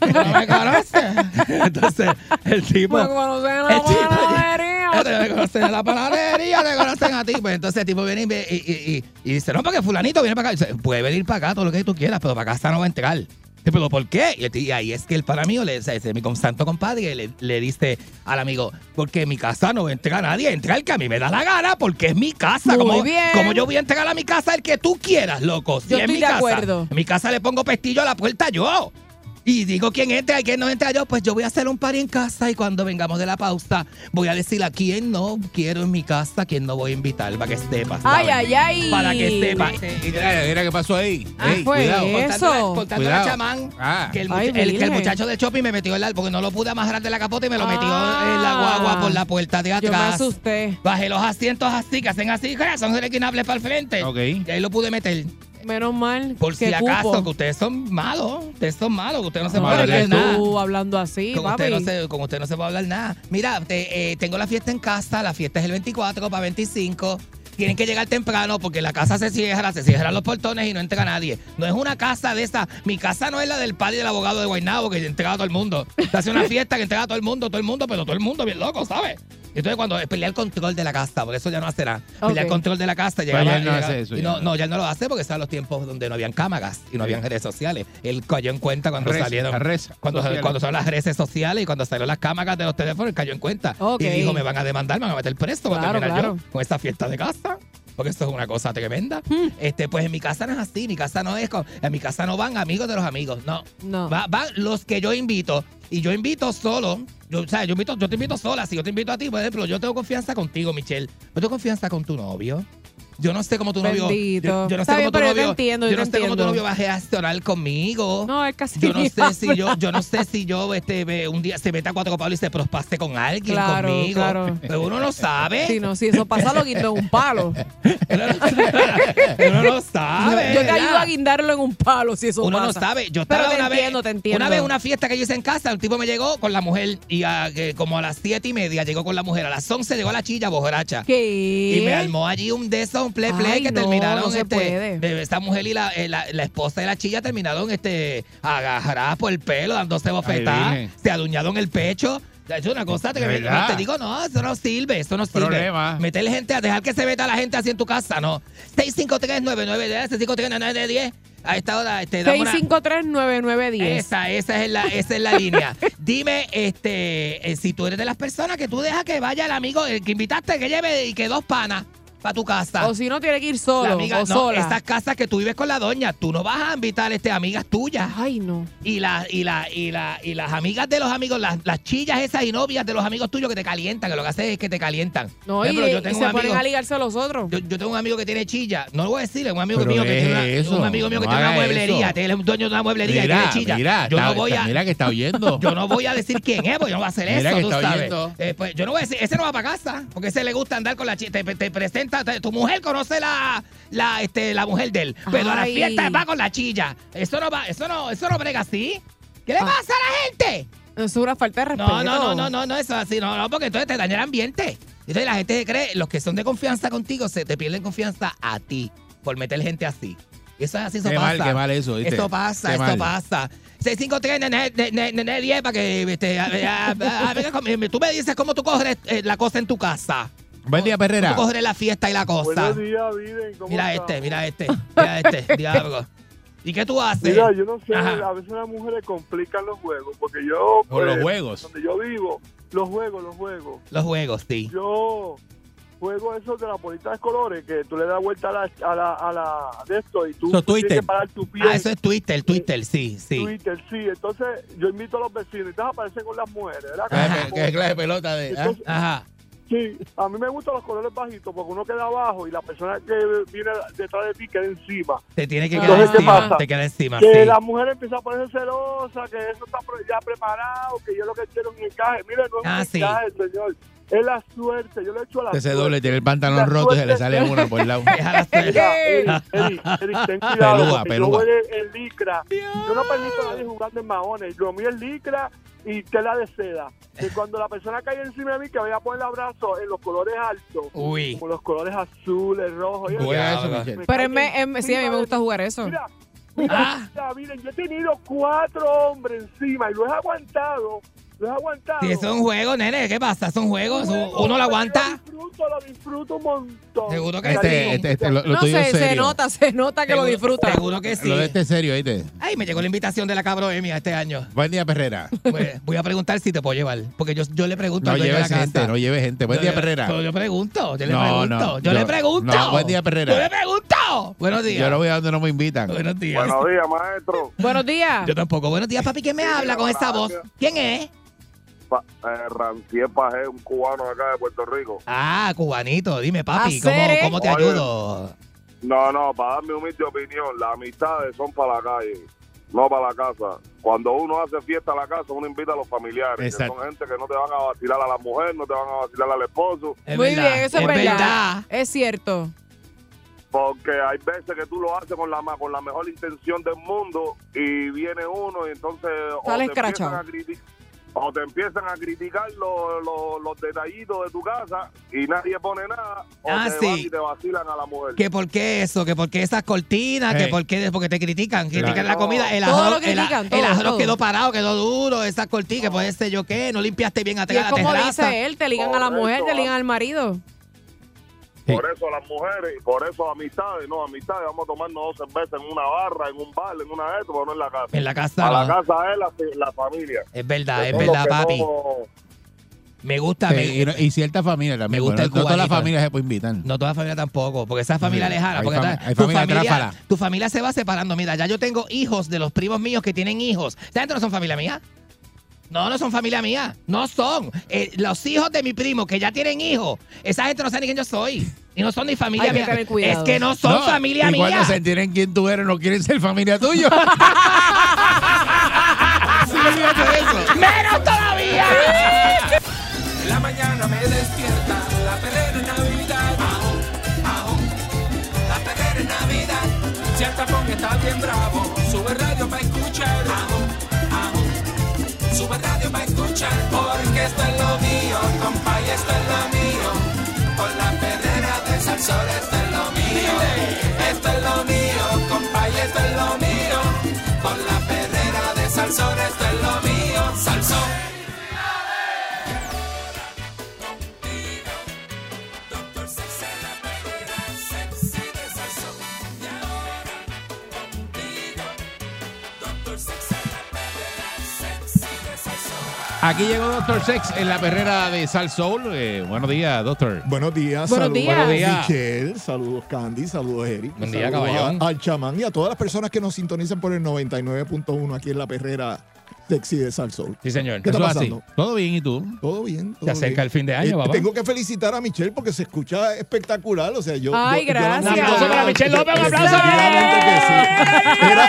Speaker 3: Tú no me conoces. Entonces, el tipo.
Speaker 4: Porque conocen pues, a la
Speaker 3: el tipo-
Speaker 4: panadería.
Speaker 3: Te conocen a la panadería, te conocen a ti. Pues entonces el tipo viene y, ve- y, y- y- y dice, no, porque fulanito viene para acá. Dice, puede venir para acá todo lo que tú quieras, pero para casa no va a entrar. Sí, pero ¿por qué? Y, el tío- y ahí es que el para mí, le, o sea, ese es mi santo compadre, le, le dice al amigo, porque en mi casa no entra nadie, entra el que a mí me da la gana, porque es mi casa.
Speaker 4: Muy
Speaker 3: como,
Speaker 4: bien.
Speaker 3: como yo voy a entregar a mi casa el que tú quieras, loco. Si
Speaker 4: Yo
Speaker 3: es
Speaker 4: estoy
Speaker 3: mi
Speaker 4: de
Speaker 3: casa,
Speaker 4: acuerdo.
Speaker 3: en mi casa le pongo pestillo a la puerta yo. Y digo quién entra y quién no entra yo, pues yo voy a hacer un par en casa y cuando vengamos de la pausa voy a decir a quién no quiero en mi casa, quién no voy a invitar para que sepa.
Speaker 4: Ay,
Speaker 3: ¿sabes?
Speaker 4: ay, ay.
Speaker 3: Para que sepa.
Speaker 2: Mira, mira qué pasó ahí.
Speaker 4: Ah,
Speaker 2: Ey,
Speaker 4: fue
Speaker 2: cuidado.
Speaker 4: eso.
Speaker 3: Contando al
Speaker 2: Cuidado.
Speaker 3: chamán
Speaker 2: Ah.
Speaker 3: que el,
Speaker 4: Ay,
Speaker 3: much- el- que el
Speaker 4: Virgen.
Speaker 3: muchacho del shopping me metió el árbol porque no lo pude amarrar de la capota y me lo metió
Speaker 4: Ah.
Speaker 3: en la guagua por la puerta de
Speaker 4: Yo me
Speaker 3: atrás.
Speaker 4: asusté.
Speaker 3: Bajé los asientos así, que hacen así, son reclinables para el frente.
Speaker 2: Ok.
Speaker 3: Y ahí lo pude meter.
Speaker 4: Menos mal.
Speaker 3: Por si
Speaker 4: que
Speaker 3: acaso,
Speaker 4: cupo.
Speaker 3: que ustedes son malos. Ustedes son malos, que ustedes no se
Speaker 4: No,
Speaker 3: pueden
Speaker 4: pero
Speaker 2: Madre
Speaker 3: hacer
Speaker 4: es que
Speaker 3: nada.
Speaker 4: tú hablando así,
Speaker 3: Con
Speaker 4: papi.
Speaker 3: usted, no se, con usted no se puede hablar nada. Mira, te- eh, tengo la fiesta en casa, la fiesta es el 24 para 25. Tienen que llegar temprano porque la casa se cierra, se cierran los portones y no entra nadie. No es una casa de esa. Mi casa no es la del padre del abogado de Guaynabo que entrega a todo el mundo. Se hace una fiesta que entrega a todo el mundo, todo el mundo, pero todo el mundo bien loco, ¿sabes? Entonces cuando es pelear el control de la casa, por eso ya no hace nada. Pelear el
Speaker 4: Ok.
Speaker 3: control de la casa,
Speaker 2: Pero
Speaker 3: llegaba,
Speaker 2: ya él no
Speaker 3: llegaba-
Speaker 2: hace eso,
Speaker 3: y
Speaker 2: ya
Speaker 3: no,
Speaker 2: no.
Speaker 3: no, ya no lo hace porque estaban los tiempos donde no habían cámaras y no habían redes sociales. Él cayó en cuenta cuando
Speaker 2: Redes-
Speaker 3: salieron.
Speaker 2: redes
Speaker 3: cuando,
Speaker 2: sociales.
Speaker 3: cuando son las redes sociales y cuando salieron las cámaras de los teléfonos, él cayó en cuenta.
Speaker 4: Ok.
Speaker 3: Y dijo, me van a demandar, me van a meter preso, voy a
Speaker 4: Claro,
Speaker 3: terminar
Speaker 4: claro. Hmm.
Speaker 3: yo con esta fiesta de casa. Porque esto es una cosa tremenda. Este, pues en mi casa no es así, mi casa no es. con- en mi casa no van amigos de los amigos, no.
Speaker 4: No.
Speaker 3: Va- van los que yo invito. Y yo invito solo. Yo, o sea, yo, invito, yo te invito sola. Si yo te invito a ti, por ejemplo, yo tengo confianza contigo, Michelle. Yo tengo confianza con tu novio. Yo no sé cómo tu novio.
Speaker 4: Bendito.
Speaker 3: Yo, yo no
Speaker 4: Está
Speaker 3: sé
Speaker 4: bien,
Speaker 3: cómo tu
Speaker 4: pero yo te
Speaker 3: novio.
Speaker 4: entiendo, yo
Speaker 3: no
Speaker 4: te
Speaker 3: sé cómo tu
Speaker 4: entiendo.
Speaker 3: novio va a gestionar conmigo.
Speaker 4: No, es casi.
Speaker 3: Yo no sé si
Speaker 4: nada.
Speaker 3: yo, yo no sé si yo este ve- un día se meta a cuatro copados y se prospase con alguien
Speaker 4: Claro,
Speaker 3: conmigo.
Speaker 4: claro.
Speaker 3: Pero uno no sabe.
Speaker 4: Si no, si eso pasa, lo guindo en un palo.
Speaker 3: Uno no sabe. Uno no
Speaker 4: Yo
Speaker 3: sabe.
Speaker 4: te ayudo
Speaker 3: ¿verdad?
Speaker 4: a guindarlo en un palo si eso
Speaker 3: Uno
Speaker 4: pasa.
Speaker 3: no sabe. Yo
Speaker 4: Pero
Speaker 3: estaba
Speaker 4: te
Speaker 3: una
Speaker 4: entiendo,
Speaker 3: vez,
Speaker 4: te entiendo.
Speaker 3: Una vez una fiesta que yo hice en casa, un tipo me llegó con la mujer y a- que como a las siete y media llegó con la mujer. A las 11 llegó la chilla borracha.
Speaker 4: ¿Qué?
Speaker 3: Y me armó allí un de esos, un play play
Speaker 4: Ay,
Speaker 3: que
Speaker 4: no,
Speaker 3: terminaron.
Speaker 4: no se
Speaker 3: este,
Speaker 4: puede.
Speaker 3: de- Esta mujer y la, eh, la, la esposa de la chilla terminaron este, agarradas por el pelo, dándose bofetadas,
Speaker 2: Virgen.
Speaker 3: se aduñaron el pecho. Es una cosa que
Speaker 2: ¿De
Speaker 3: me-
Speaker 2: verdad?
Speaker 3: te digo, no, eso no sirve, eso no sirve.
Speaker 2: Problema.
Speaker 3: Meter gente a dejar que se meta la gente así en tu casa, no. 6539910, 6539910. A esta hora este, damos una-
Speaker 4: 6539910.
Speaker 3: esa, esa es la, esa es la línea. Dime, este, eh, si tú eres de las personas que tú dejas que vaya el amigo, el que invitaste, que lleve y que dos panas para tu casa.
Speaker 4: O si no, tiene que ir
Speaker 3: La
Speaker 4: solo
Speaker 3: amiga- no,
Speaker 4: o sola.
Speaker 3: esas casas que tú vives con la doña, tú no vas a invitar este, amigas tuyas.
Speaker 4: Ay, no.
Speaker 3: Y, la, y, la, y, la, y las amigas de los amigos, las, las chillas esas y novias de los amigos tuyos que te calientan, que lo que hacen es que te calientan.
Speaker 4: No,
Speaker 3: Por
Speaker 4: y,
Speaker 3: ejemplo,
Speaker 4: y se
Speaker 3: un
Speaker 4: ponen
Speaker 3: amigo-
Speaker 4: a ligarse a los otros.
Speaker 3: yo, yo tengo un amigo que tiene chilla. No lo voy a decir, es un amigo
Speaker 2: Pero
Speaker 3: mío que
Speaker 2: deje
Speaker 3: tiene una,
Speaker 2: eso,
Speaker 3: un amigo mío que
Speaker 2: no
Speaker 3: tiene una
Speaker 2: haga
Speaker 3: mueblería,
Speaker 2: eso.
Speaker 3: tiene un dueño de una mueblería y
Speaker 2: Mira,
Speaker 3: tiene chilla.
Speaker 2: mira,
Speaker 3: yo
Speaker 2: está-
Speaker 3: no voy
Speaker 2: está-
Speaker 3: a
Speaker 2: mira que está oyendo.
Speaker 3: yo no voy a decir quién es, porque yo no voy a hacer
Speaker 2: Mira
Speaker 3: eso,
Speaker 2: que
Speaker 3: tú
Speaker 2: está
Speaker 3: sabes.
Speaker 2: oyendo.
Speaker 3: Eh, pues, yo no voy a decir, ese no va para casa, porque ese le gusta andar con la chilla. Te, te presenta, te- tu mujer conoce la, la, este, la mujer de él, pero a la
Speaker 4: Ay.
Speaker 3: fiesta va con la chilla. Eso no va, eso no, eso no brega así. ¿Qué le
Speaker 4: Ah.
Speaker 3: pasa a la gente?
Speaker 4: Es una falta de respeto.
Speaker 3: No, no, no, no, no, no, eso es así, no, no, porque entonces te daña el ambiente. Entonces la gente se cree, los que son de confianza contigo se te pierden confianza a ti por meter gente así. Eso es así, eso
Speaker 2: Qué
Speaker 3: pasa.
Speaker 2: mal, qué mal eso, ¿viste?
Speaker 3: Esto pasa,
Speaker 2: Qué
Speaker 3: esto
Speaker 2: mal.
Speaker 3: pasa. 653-910 para que este, a- a- a- a- venga conmigo. tú me dices cómo tú coges eh, la cosa en tu casa.
Speaker 2: Buen día, Perrera.
Speaker 3: Tú coges la fiesta y la cosa.
Speaker 11: Buenos días, Viven. ¿cómo
Speaker 3: Mira
Speaker 11: estás?
Speaker 3: este, mira este, mira este, diablo. ¿Y qué tú haces?
Speaker 11: Mira, yo no sé,
Speaker 3: Ajá.
Speaker 11: a veces las mujeres complican los juegos, porque yo...
Speaker 3: Con los
Speaker 11: pues,
Speaker 3: juegos.
Speaker 11: Donde yo vivo, los juegos, los juegos.
Speaker 3: Los juegos, sí.
Speaker 11: Yo juego esos de las bolitas de colores, que tú le das vuelta a la, a la, a la de esto y tú
Speaker 3: Eso es
Speaker 11: tienes
Speaker 3: Twitter.
Speaker 11: que parar tu pie.
Speaker 3: Ah, eso es Twitter, Twitter, sí, sí.
Speaker 11: Twitter, sí. Entonces, yo invito a los vecinos. Entonces aparecen con las mujeres, ¿verdad? Como-
Speaker 3: ¿Qué clase de pelota de.? ah?
Speaker 11: Entonces-
Speaker 3: Ajá.
Speaker 11: Sí, a mí me gustan los colores bajitos porque uno queda abajo y la persona que viene detrás de ti queda encima.
Speaker 3: Te tiene que quedar
Speaker 11: Entonces, ¿qué
Speaker 3: encima.
Speaker 11: pasa?
Speaker 3: Te queda encima,
Speaker 11: que
Speaker 3: sí.
Speaker 11: la mujer empieza a ponerse celosa, que eso está pre- ya preparado, que yo lo que quiero es un encaje. Mire, no es
Speaker 2: Ah,
Speaker 11: un
Speaker 2: sí.
Speaker 11: encaje, señor. Es la suerte, yo lo he hecho a la
Speaker 2: Ese
Speaker 11: suerte.
Speaker 2: doble tiene el pantalón roto y se le sale uno por el lado.
Speaker 11: Mira, Eric, Eric, Eric, ten cuidado.
Speaker 2: Peluda,
Speaker 11: porque
Speaker 2: peluda.
Speaker 11: Yo voy en, en licra. Yo no permito a nadie jugando en maones. Lo mío es licra y tela de seda. Que cuando la persona caiga encima de mí, que vaya a poner el abrazo en los colores altos.
Speaker 3: Uy.
Speaker 11: Como los colores azules, rojos.
Speaker 2: Juega eso, Michelle.
Speaker 4: Pero en me- en- sí, a mí me gusta jugar eso.
Speaker 3: Ah,
Speaker 11: Mira, miren, yo he tenido cuatro hombres encima y los he aguantado. Los he aguantado.
Speaker 3: Sí, son juegos, nene. ¿Qué pasa? Son juegos. Uno lo aguanta.
Speaker 11: Disfruto, lo disfruto un montón.
Speaker 3: Seguro que
Speaker 2: Este,
Speaker 3: sí.
Speaker 2: este, este, lo, lo
Speaker 4: No,
Speaker 2: tuyo es
Speaker 4: se, se
Speaker 2: serio.
Speaker 4: nota, se nota que lo
Speaker 3: Seguro-
Speaker 4: disfruta.
Speaker 3: Seguro que sí.
Speaker 2: Lo de este es serio, ¿viste?
Speaker 3: Ay, me llegó la invitación de la cabroemia este año.
Speaker 2: Buen día, Perrera.
Speaker 3: Pues, voy a preguntar si te puedo llevar. Porque yo, yo le pregunto
Speaker 2: No
Speaker 3: al dueño de
Speaker 2: lleves
Speaker 3: la casa.
Speaker 2: gente, no lleves gente. Buen
Speaker 3: Yo-
Speaker 2: día,
Speaker 3: yo-
Speaker 2: Perrera.
Speaker 3: pero yo pregunto, yo le
Speaker 2: No,
Speaker 3: pregunto.
Speaker 2: no,
Speaker 3: yo, le
Speaker 2: yo-
Speaker 3: pregunto.
Speaker 2: no, buen día, Perrera.
Speaker 3: Yo le pregunto. Buenos días.
Speaker 2: Yo no voy a donde no me invitan.
Speaker 3: Buenos días.
Speaker 11: Buenos días, maestro.
Speaker 4: Buenos días.
Speaker 3: Yo tampoco. Buenos días, papi. ¿Quién me habla con esa voz? ¿Quién es?
Speaker 12: Pa, eh, Rancié Pajé, un cubano de acá de Puerto Rico.
Speaker 3: Ah, cubanito. Dime,
Speaker 4: Ah,
Speaker 3: papi, ¿cómo,
Speaker 12: Hacer, ¿eh?
Speaker 3: cómo te
Speaker 12: Oye.
Speaker 3: ayudo?
Speaker 12: No, no, para darme humilde opinión, las amistades son para la calle, no para la casa. Cuando uno hace fiesta a la casa, uno invita a los familiares, que
Speaker 2: Exacto.
Speaker 12: son gente que no te van a vacilar a la mujer, no te van a vacilar al esposo.
Speaker 4: Muy bien, eso es, verdad.
Speaker 3: verdad.
Speaker 4: Es cierto.
Speaker 12: Porque hay veces que tú lo haces con la ma- con la mejor intención del mundo y viene uno y entonces o
Speaker 4: Sale
Speaker 12: te, empiezan
Speaker 4: escrachado.
Speaker 12: a criti- o te empiezan a criticar los, los- los detallitos de tu casa y nadie pone nada o
Speaker 3: Ah,
Speaker 12: te
Speaker 3: sí.
Speaker 12: van y te vacilan a la mujer.
Speaker 3: ¿Que por qué eso? ¿Que por qué esas cortinas? ¿Que
Speaker 2: Hey.
Speaker 3: por qué? Porque te critican. Critican
Speaker 2: Claro.
Speaker 3: la comida. El
Speaker 4: Todo
Speaker 3: arroz,
Speaker 4: lo
Speaker 3: el a-
Speaker 4: critican,
Speaker 3: el
Speaker 4: todo,
Speaker 3: arroz
Speaker 4: todo.
Speaker 3: quedó parado, quedó duro. Esas cortinas, que puede ser yo qué. No limpiaste bien
Speaker 4: Y es
Speaker 3: atrás la
Speaker 4: como
Speaker 3: terraza.
Speaker 4: dice él, te ligan a la mujer, te ligan al marido.
Speaker 12: Por eso las mujeres, por eso amistades, no, amistades, vamos a tomarnos dos cervezas en una barra, en un bar, en una de estas, pero no en la casa.
Speaker 3: En la casa,
Speaker 12: A la
Speaker 3: no.
Speaker 12: casa es la, la familia.
Speaker 3: Es verdad, es
Speaker 12: Que son los
Speaker 3: verdad,
Speaker 12: que
Speaker 3: papi.
Speaker 12: no-
Speaker 3: Me gusta.
Speaker 2: Sí,
Speaker 3: me-
Speaker 2: y, no- y cierta familia también.
Speaker 3: Me gusta
Speaker 2: bueno,
Speaker 3: el
Speaker 2: no todas las
Speaker 3: cubanito.
Speaker 2: familias se pueden invitar.
Speaker 3: No toda familia tampoco, porque esa familia
Speaker 2: Sí,
Speaker 3: lejana.
Speaker 2: hay
Speaker 3: Porque
Speaker 2: fami-
Speaker 3: ta-
Speaker 2: hay
Speaker 3: tu,
Speaker 2: familia
Speaker 3: familia,
Speaker 2: tráfala.
Speaker 3: tu familia se va separando. Mira, ya yo tengo hijos de los primos míos que tienen hijos. ¿Esta gente no son familia mía? No, no son familia mía. No son. Eh, los hijos de mi primo que ya tienen hijos, esa gente no sabe ni quién yo soy. Y no son ni familia
Speaker 4: Hay que
Speaker 3: mía.
Speaker 4: tener cuidado.
Speaker 3: Es que no son
Speaker 2: No,
Speaker 3: familia
Speaker 2: y
Speaker 3: mía.
Speaker 2: cuando se entienden quién tú eres, no quieren ser familia tuya.
Speaker 10: Sí, olvídate de eso.
Speaker 3: ¡Menos todavía!
Speaker 10: En la mañana me despierta la perrera en Navidad. Ajo, ajo, la perrera en Navidad. Si el tapón está bien bravo, sube el radio para escuchar. Ajo, ajo, sube el radio para escuchar. Porque esto es lo mío, compa, y esto es lo mío. Con la perrera de Salsol, esto es lo mío. Esto es lo mío, compa, y esto es lo mío. Con la perrera de Salsol, esto es lo mío. Salsón. Doctor Sexy, la perrera sexy de Salsón. Y ahora contigo, Doctor Sexy, la perrera sexy de Salsón.
Speaker 2: Aquí llegó Doctor Sex en la perrera de Sal Soul. Eh, buenos días, Doctor.
Speaker 13: Buenos días,
Speaker 4: Buenos
Speaker 13: saludos
Speaker 4: días. Buenos
Speaker 2: días.
Speaker 13: Michelle, saludos Candy, saludos Eric,
Speaker 3: Buen día,
Speaker 13: saludos
Speaker 3: caballón.
Speaker 13: a- al chamán y a todas las personas que nos sintonizan por el 99.1 aquí en la perrera sexy de Salsol.
Speaker 3: Sí, señor.
Speaker 13: ¿Qué está
Speaker 2: Eso es
Speaker 13: pasando?
Speaker 2: así. ¿Todo bien y tú?
Speaker 13: Todo bien. todo
Speaker 3: Se acerca
Speaker 13: bien.
Speaker 3: el fin de año,
Speaker 13: Eh,
Speaker 3: papá.
Speaker 13: Tengo que felicitar a Michelle porque se escucha espectacular. O sea, yo.
Speaker 4: Ay,
Speaker 13: yo- yo la
Speaker 4: gracias.
Speaker 13: noto-
Speaker 4: Un aplauso para
Speaker 3: Michelle López, un aplauso.
Speaker 13: Definitivamente que sí. Mira,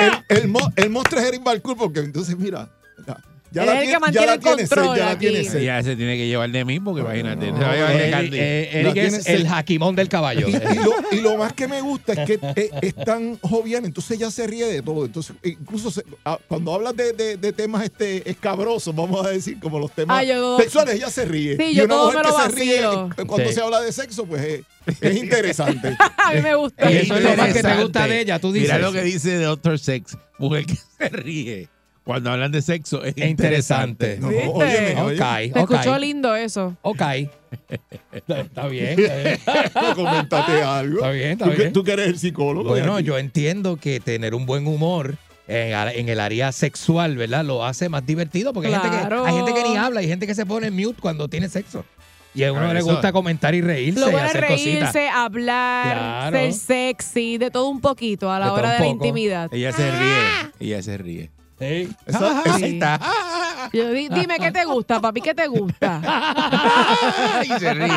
Speaker 13: el, el, el mo- el monstruo es Eric Balcour porque entonces, mira. mira, Ya
Speaker 4: Él
Speaker 13: la
Speaker 4: es el
Speaker 13: tiene-
Speaker 4: que mantiene
Speaker 13: ya la
Speaker 4: el
Speaker 13: tiene seis,
Speaker 4: control
Speaker 13: ya la
Speaker 4: aquí.
Speaker 13: tiene seis.
Speaker 2: Ya se tiene que llevar de mí porque imagínate.
Speaker 13: no,
Speaker 2: se va a llevar de
Speaker 3: Eric-
Speaker 2: Candy.
Speaker 3: eh,
Speaker 13: La
Speaker 3: Eric
Speaker 13: tiene
Speaker 3: es el
Speaker 13: seis.
Speaker 3: jaquimón del caballo. Eh,
Speaker 13: Y, y lo, y lo más que me gusta es que es, es tan jovial, entonces ya se ríe de todo. Entonces, incluso se- ah, cuando hablas de, de- de temas este escabrosos, vamos a decir, como los temas
Speaker 4: Ah, yo-
Speaker 13: sexuales, ella se ríe.
Speaker 4: Sí,
Speaker 13: y
Speaker 4: yo
Speaker 13: una
Speaker 4: todo
Speaker 13: mujer
Speaker 4: me lo
Speaker 13: que se ríe
Speaker 4: vacilo.
Speaker 13: eh, cuando
Speaker 3: Sí.
Speaker 13: se habla de sexo, pues eh, es, interesante.
Speaker 4: A mí me gusta.
Speaker 3: Y eso es lo más que te gusta de ella, tú dices.
Speaker 2: Eh, Mira lo que dice Doctor Sex, mujer que se ríe. Cuando hablan de sexo es
Speaker 3: Es interesante.
Speaker 2: interesante.
Speaker 4: ¿Viste?
Speaker 13: No, óyeme,
Speaker 3: Ok,
Speaker 13: óyeme.
Speaker 4: Te
Speaker 3: ok,
Speaker 4: escuchó lindo eso.
Speaker 3: ok. Está está bien, está bien. Ah,
Speaker 13: No, coméntate algo.
Speaker 3: Está bien, está
Speaker 13: tú, que-
Speaker 3: bien.
Speaker 13: tú que eres el psicólogo. de
Speaker 3: Bueno,
Speaker 13: aquí.
Speaker 3: yo entiendo que tener un buen humor en, a- en el área sexual, ¿verdad? Lo hace más divertido porque hay gente que-
Speaker 4: Claro.
Speaker 3: hay, gente que, ni habla, hay gente que se pone en mute cuando tiene sexo. Y a uno
Speaker 2: Claro,
Speaker 3: le
Speaker 2: eso-
Speaker 3: gusta comentar y reírse.
Speaker 4: Lo
Speaker 3: y
Speaker 4: bueno es
Speaker 3: hacer
Speaker 4: reírse,
Speaker 3: cositas.
Speaker 4: hablar,
Speaker 3: Claro.
Speaker 4: ser sexy, de todo un poquito a
Speaker 3: De
Speaker 4: la
Speaker 3: todo un
Speaker 4: hora de la
Speaker 3: poco.
Speaker 4: intimidad. Ah.
Speaker 2: Ella se ríe. Ella se ríe.
Speaker 3: Sí.
Speaker 13: Esa-
Speaker 4: Ay.
Speaker 2: Ahí está.
Speaker 4: Yo di- dime qué te gusta, papi, qué te gusta.
Speaker 2: Y se ríe.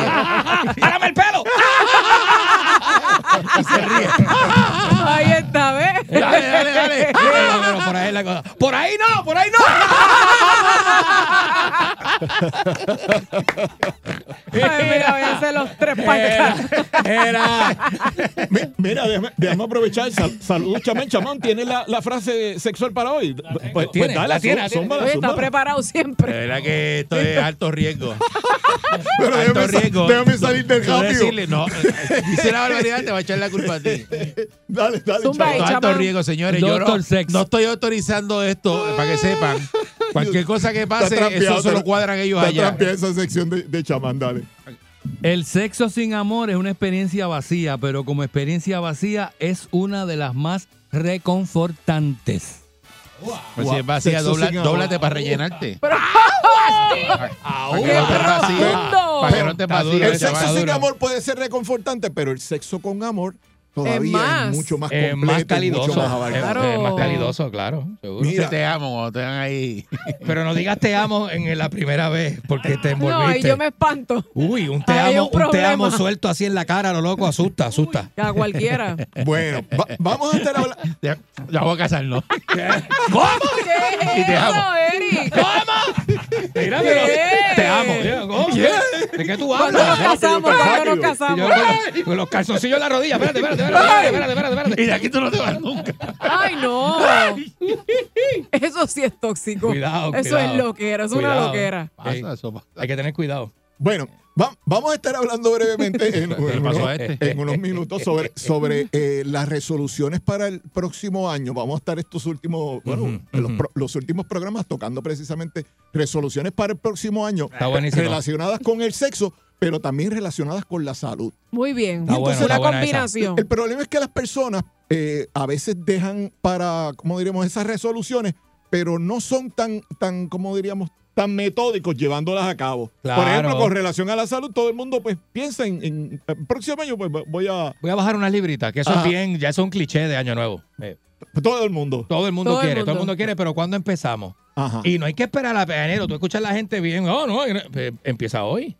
Speaker 3: ¡Párame el pelo!
Speaker 4: Ahí está, ¿ves?
Speaker 3: Dale, dale, dale.
Speaker 10: Ah.
Speaker 3: No, no, no, por ahí es la cosa. ¡Por ahí no! ¡Por ahí no!
Speaker 4: Ay, mira, voy a hacer los tres
Speaker 3: Eh,
Speaker 4: para acá.
Speaker 3: Era.
Speaker 13: Mi- Mira, déjame, déjame aprovechar. Sal- Saludos, chamán. Chamán, ¿tienes la, la frase sexual para hoy? Pues, pues
Speaker 3: Tiene,
Speaker 13: dale,
Speaker 3: la tiene,
Speaker 13: zú-
Speaker 3: la tiene.
Speaker 13: zúmbala,
Speaker 4: Oye, está
Speaker 13: zúmbala.
Speaker 4: preparado
Speaker 2: De
Speaker 4: siempre.
Speaker 2: verdad que esto es alto riesgo.
Speaker 13: Pero
Speaker 2: alto
Speaker 13: déjame, sa-
Speaker 2: riesgo.
Speaker 13: déjame salir del
Speaker 2: No
Speaker 13: rápido.
Speaker 2: decirle, no. eh, Dice la barbaridad, te va a echar la culpa a ti.
Speaker 13: Dale, dale,
Speaker 4: Zumba ahí.
Speaker 13: chamán.
Speaker 2: Esto es alto
Speaker 4: chamán.
Speaker 2: riesgo, señores. Yo no, no estoy autorizando esto, eh, para que sepan. Cualquier cosa que pase,
Speaker 13: trampeado,
Speaker 2: eso se lo
Speaker 13: está-
Speaker 2: cuadran ellos
Speaker 13: Está
Speaker 2: allá.
Speaker 13: trampeada esa sección de, de chamán, dale.
Speaker 14: El sexo sin amor es una experiencia vacía, pero como experiencia vacía es una de las más reconfortantes.
Speaker 2: Pues si es vacía,
Speaker 13: Sexo
Speaker 2: dobla-
Speaker 13: sin amor.
Speaker 2: dóblate para rellenarte.
Speaker 4: Pero
Speaker 2: Para que no te vacíe.
Speaker 4: profundo!
Speaker 2: Para que no te madure.
Speaker 13: El
Speaker 2: ese
Speaker 13: sexo
Speaker 2: maduro.
Speaker 13: sin amor puede ser reconfortante, pero el sexo con amor todavía es,
Speaker 4: más.
Speaker 13: mucho más
Speaker 3: Eh,
Speaker 13: completo,
Speaker 3: más
Speaker 13: y mucho
Speaker 3: calidoso.
Speaker 13: más abarcado.
Speaker 4: Claro.
Speaker 3: Eh, más calidoso, claro. seguro.
Speaker 2: Dice, te amo cuando te dan ahí.
Speaker 3: Pero no digas te amo en la primera vez porque te envolviste.
Speaker 4: no, y yo me espanto.
Speaker 3: Uy, un te
Speaker 4: Hay
Speaker 3: amo,
Speaker 4: un
Speaker 3: un, te amo
Speaker 4: problema.
Speaker 3: suelto así en la cara, lo loco, asusta, asusta.
Speaker 4: A cualquiera.
Speaker 13: Bueno, va- vamos a estar hablando.
Speaker 2: Te- La voy a casar, ¿no?
Speaker 4: ¿Qué es
Speaker 2: te
Speaker 4: eso,
Speaker 2: amo.
Speaker 4: Eric?
Speaker 3: Mira,
Speaker 4: pero
Speaker 3: te amo. Mira, ¿cómo? ¿De qué tú
Speaker 4: ¿Cuándo nos
Speaker 3: hablas?
Speaker 4: casamos? ¿Cuándo nos
Speaker 3: Y yo
Speaker 4: casamos?
Speaker 3: con, con los calzoncillos en la rodilla. Espérate, espérate, espérate, espérate, espérate, espérate.
Speaker 2: Y de aquí tú no te vas nunca.
Speaker 4: Ay, no. Eso sí es tóxico.
Speaker 3: Cuidado,
Speaker 4: Eso
Speaker 3: cuidado.
Speaker 4: es loquera, es una
Speaker 3: Cuidado.
Speaker 4: loquera.
Speaker 3: Ey,
Speaker 2: Pasa, eso pasa.
Speaker 3: hay que tener cuidado.
Speaker 13: Bueno, va- vamos a estar hablando brevemente en, en
Speaker 2: le pasó a
Speaker 13: unos,
Speaker 2: este?
Speaker 13: en unos minutos sobre, sobre eh, las resoluciones para el próximo año. Vamos a estar estos últimos, bueno, los, pro- los últimos programas tocando precisamente resoluciones para el próximo año
Speaker 3: Está buenísimo.
Speaker 13: relacionadas con el sexo, pero también relacionadas con la salud.
Speaker 4: Muy bien.
Speaker 3: Está bueno,
Speaker 4: una
Speaker 3: está buena esa.
Speaker 4: combinación.
Speaker 13: El problema es que las personas eh, a veces dejan para, como diríamos, esas resoluciones, pero no son tan, tan, como diríamos, tan metódicos llevándolas a cabo. Por
Speaker 3: Claro.
Speaker 13: ejemplo, con relación a la salud, todo el mundo pues piensa en, en el próximo año, pues voy a
Speaker 3: Voy a bajar unas libritas, que eso
Speaker 13: Ajá.
Speaker 3: es bien, ya es un cliché de Año Nuevo. Eh,
Speaker 13: todo el mundo.
Speaker 3: Todo el mundo
Speaker 4: Todo el
Speaker 3: quiere, todo el
Speaker 4: mundo.
Speaker 3: mundo quiere, pero ¿cuándo empezamos?
Speaker 13: Ajá.
Speaker 3: Y no hay que esperar a enero. Tú escuchas a la gente bien. Oh, no, eh, empieza hoy.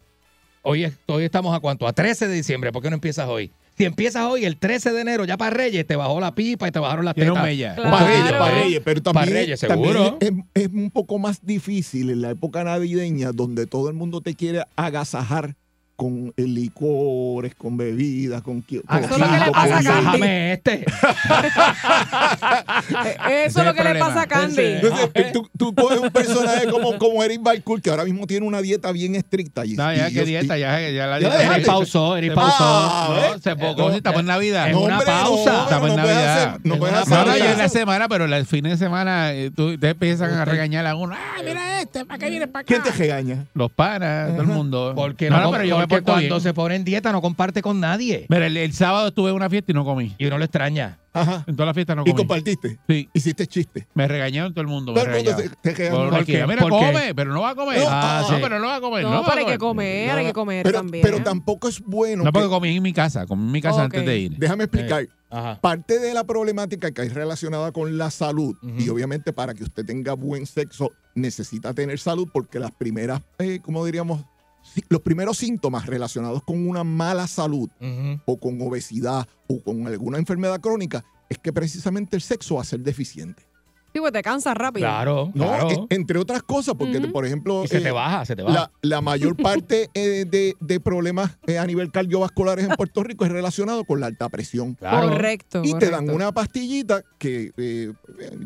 Speaker 3: Hoy, es- hoy estamos a cuánto? A 13 de diciembre. ¿Por qué no empiezas hoy? Si empiezas hoy, el 13 de enero, ya para Reyes, te bajó la pipa y te bajaron las
Speaker 2: Tiene un
Speaker 3: tetas.
Speaker 2: mella.
Speaker 4: Claro.
Speaker 13: Para Reyes, para Reyes, pero también,
Speaker 3: Para Reyes,
Speaker 13: también
Speaker 3: seguro.
Speaker 13: es, es un poco más difícil en la época navideña donde todo el mundo te quiere agasajar con eh, licores, con bebidas, con... qui-
Speaker 3: Ah,
Speaker 13: con
Speaker 4: Eso es lo que le
Speaker 13: quinco,
Speaker 4: pasa a
Speaker 13: con-
Speaker 4: Candy.
Speaker 3: Agájame este.
Speaker 4: Eh, Eso es lo que le pasa a Candy.
Speaker 13: Entonces, tú, tú coges un personaje como, como Eric Balcour, que ahora mismo tiene una dieta bien estricta. Y,
Speaker 2: No, ya
Speaker 13: y
Speaker 2: que
Speaker 13: yo-
Speaker 2: dieta,
Speaker 13: y-
Speaker 2: ya, ya la
Speaker 13: Ya
Speaker 2: dieta.
Speaker 13: dejaste.
Speaker 3: Eric pausó, Eric
Speaker 2: Se
Speaker 13: Ah,
Speaker 2: pausó.
Speaker 13: ¿ves?
Speaker 2: No, se poco, si estamos en Navidad.
Speaker 3: En
Speaker 13: No,
Speaker 3: una
Speaker 13: hombre,
Speaker 3: pausa.
Speaker 13: no,
Speaker 2: Estamos en
Speaker 13: no puedes
Speaker 2: Navidad.
Speaker 13: hacer- no
Speaker 3: En
Speaker 13: puedes
Speaker 3: una
Speaker 13: hacer
Speaker 2: No, no,
Speaker 3: pausa.
Speaker 2: yo en la
Speaker 13: eso.
Speaker 2: semana, pero el fin de semana eh, tú, ustedes empiezan a regañar a uno. Ah, mira este, ¿para qué viene para
Speaker 13: ¿Quién te
Speaker 2: acá?
Speaker 13: regaña?
Speaker 2: Los panas, todo el mundo.
Speaker 3: Porque,
Speaker 2: no,
Speaker 3: no,
Speaker 2: no, pero yo me
Speaker 3: porque
Speaker 2: porto
Speaker 3: cuando
Speaker 2: bien.
Speaker 3: se pone en dieta no comparte con nadie.
Speaker 2: Mira, el, el sábado estuve en una fiesta y no comí.
Speaker 3: Y uno lo extraña.
Speaker 13: Ajá.
Speaker 2: En toda la fiesta no
Speaker 13: Y
Speaker 2: comí.
Speaker 13: compartiste.
Speaker 2: Sí,
Speaker 13: Hiciste chiste.
Speaker 2: me regañaron todo el mundo. me
Speaker 13: Todo el mundo
Speaker 2: regañaba.
Speaker 13: se- te regañó.
Speaker 2: Por-
Speaker 3: qué?
Speaker 2: Mira,
Speaker 3: ¿Por qué?
Speaker 2: come, pero no va a comer.
Speaker 13: No,
Speaker 2: Ah,
Speaker 13: sí.
Speaker 2: no, pero no va a comer.
Speaker 4: No,
Speaker 2: va a
Speaker 4: pero hay que comer, hay que comer
Speaker 13: Pero,
Speaker 4: también.
Speaker 13: pero tampoco es bueno.
Speaker 2: No,
Speaker 13: que-
Speaker 2: porque comí en mi casa, comí en mi casa
Speaker 4: Ok.
Speaker 2: antes de ir.
Speaker 13: déjame explicar.
Speaker 3: Ajá.
Speaker 13: Parte de la problemática que hay relacionada con la salud,
Speaker 3: Ujú.
Speaker 13: y obviamente para que usted tenga buen sexo, necesita tener salud porque las primeras, eh, como diríamos, sí- los primeros síntomas relacionados con una mala salud
Speaker 3: Ujú.
Speaker 13: o con obesidad o con alguna enfermedad crónica es que precisamente el sexo va a ser deficiente.
Speaker 4: Sí, pues te cansas rápido.
Speaker 13: No, e- entre otras cosas, porque, te- por ejemplo. eh,
Speaker 3: Y se te baja, se te baja.
Speaker 13: La, la mayor parte eh, de, de problemas eh, a nivel cardiovasculares en Puerto Rico es relacionado con la alta presión.
Speaker 10: Claro. Correcto,
Speaker 13: Y te dan
Speaker 10: correcto.
Speaker 13: una pastillita que eh,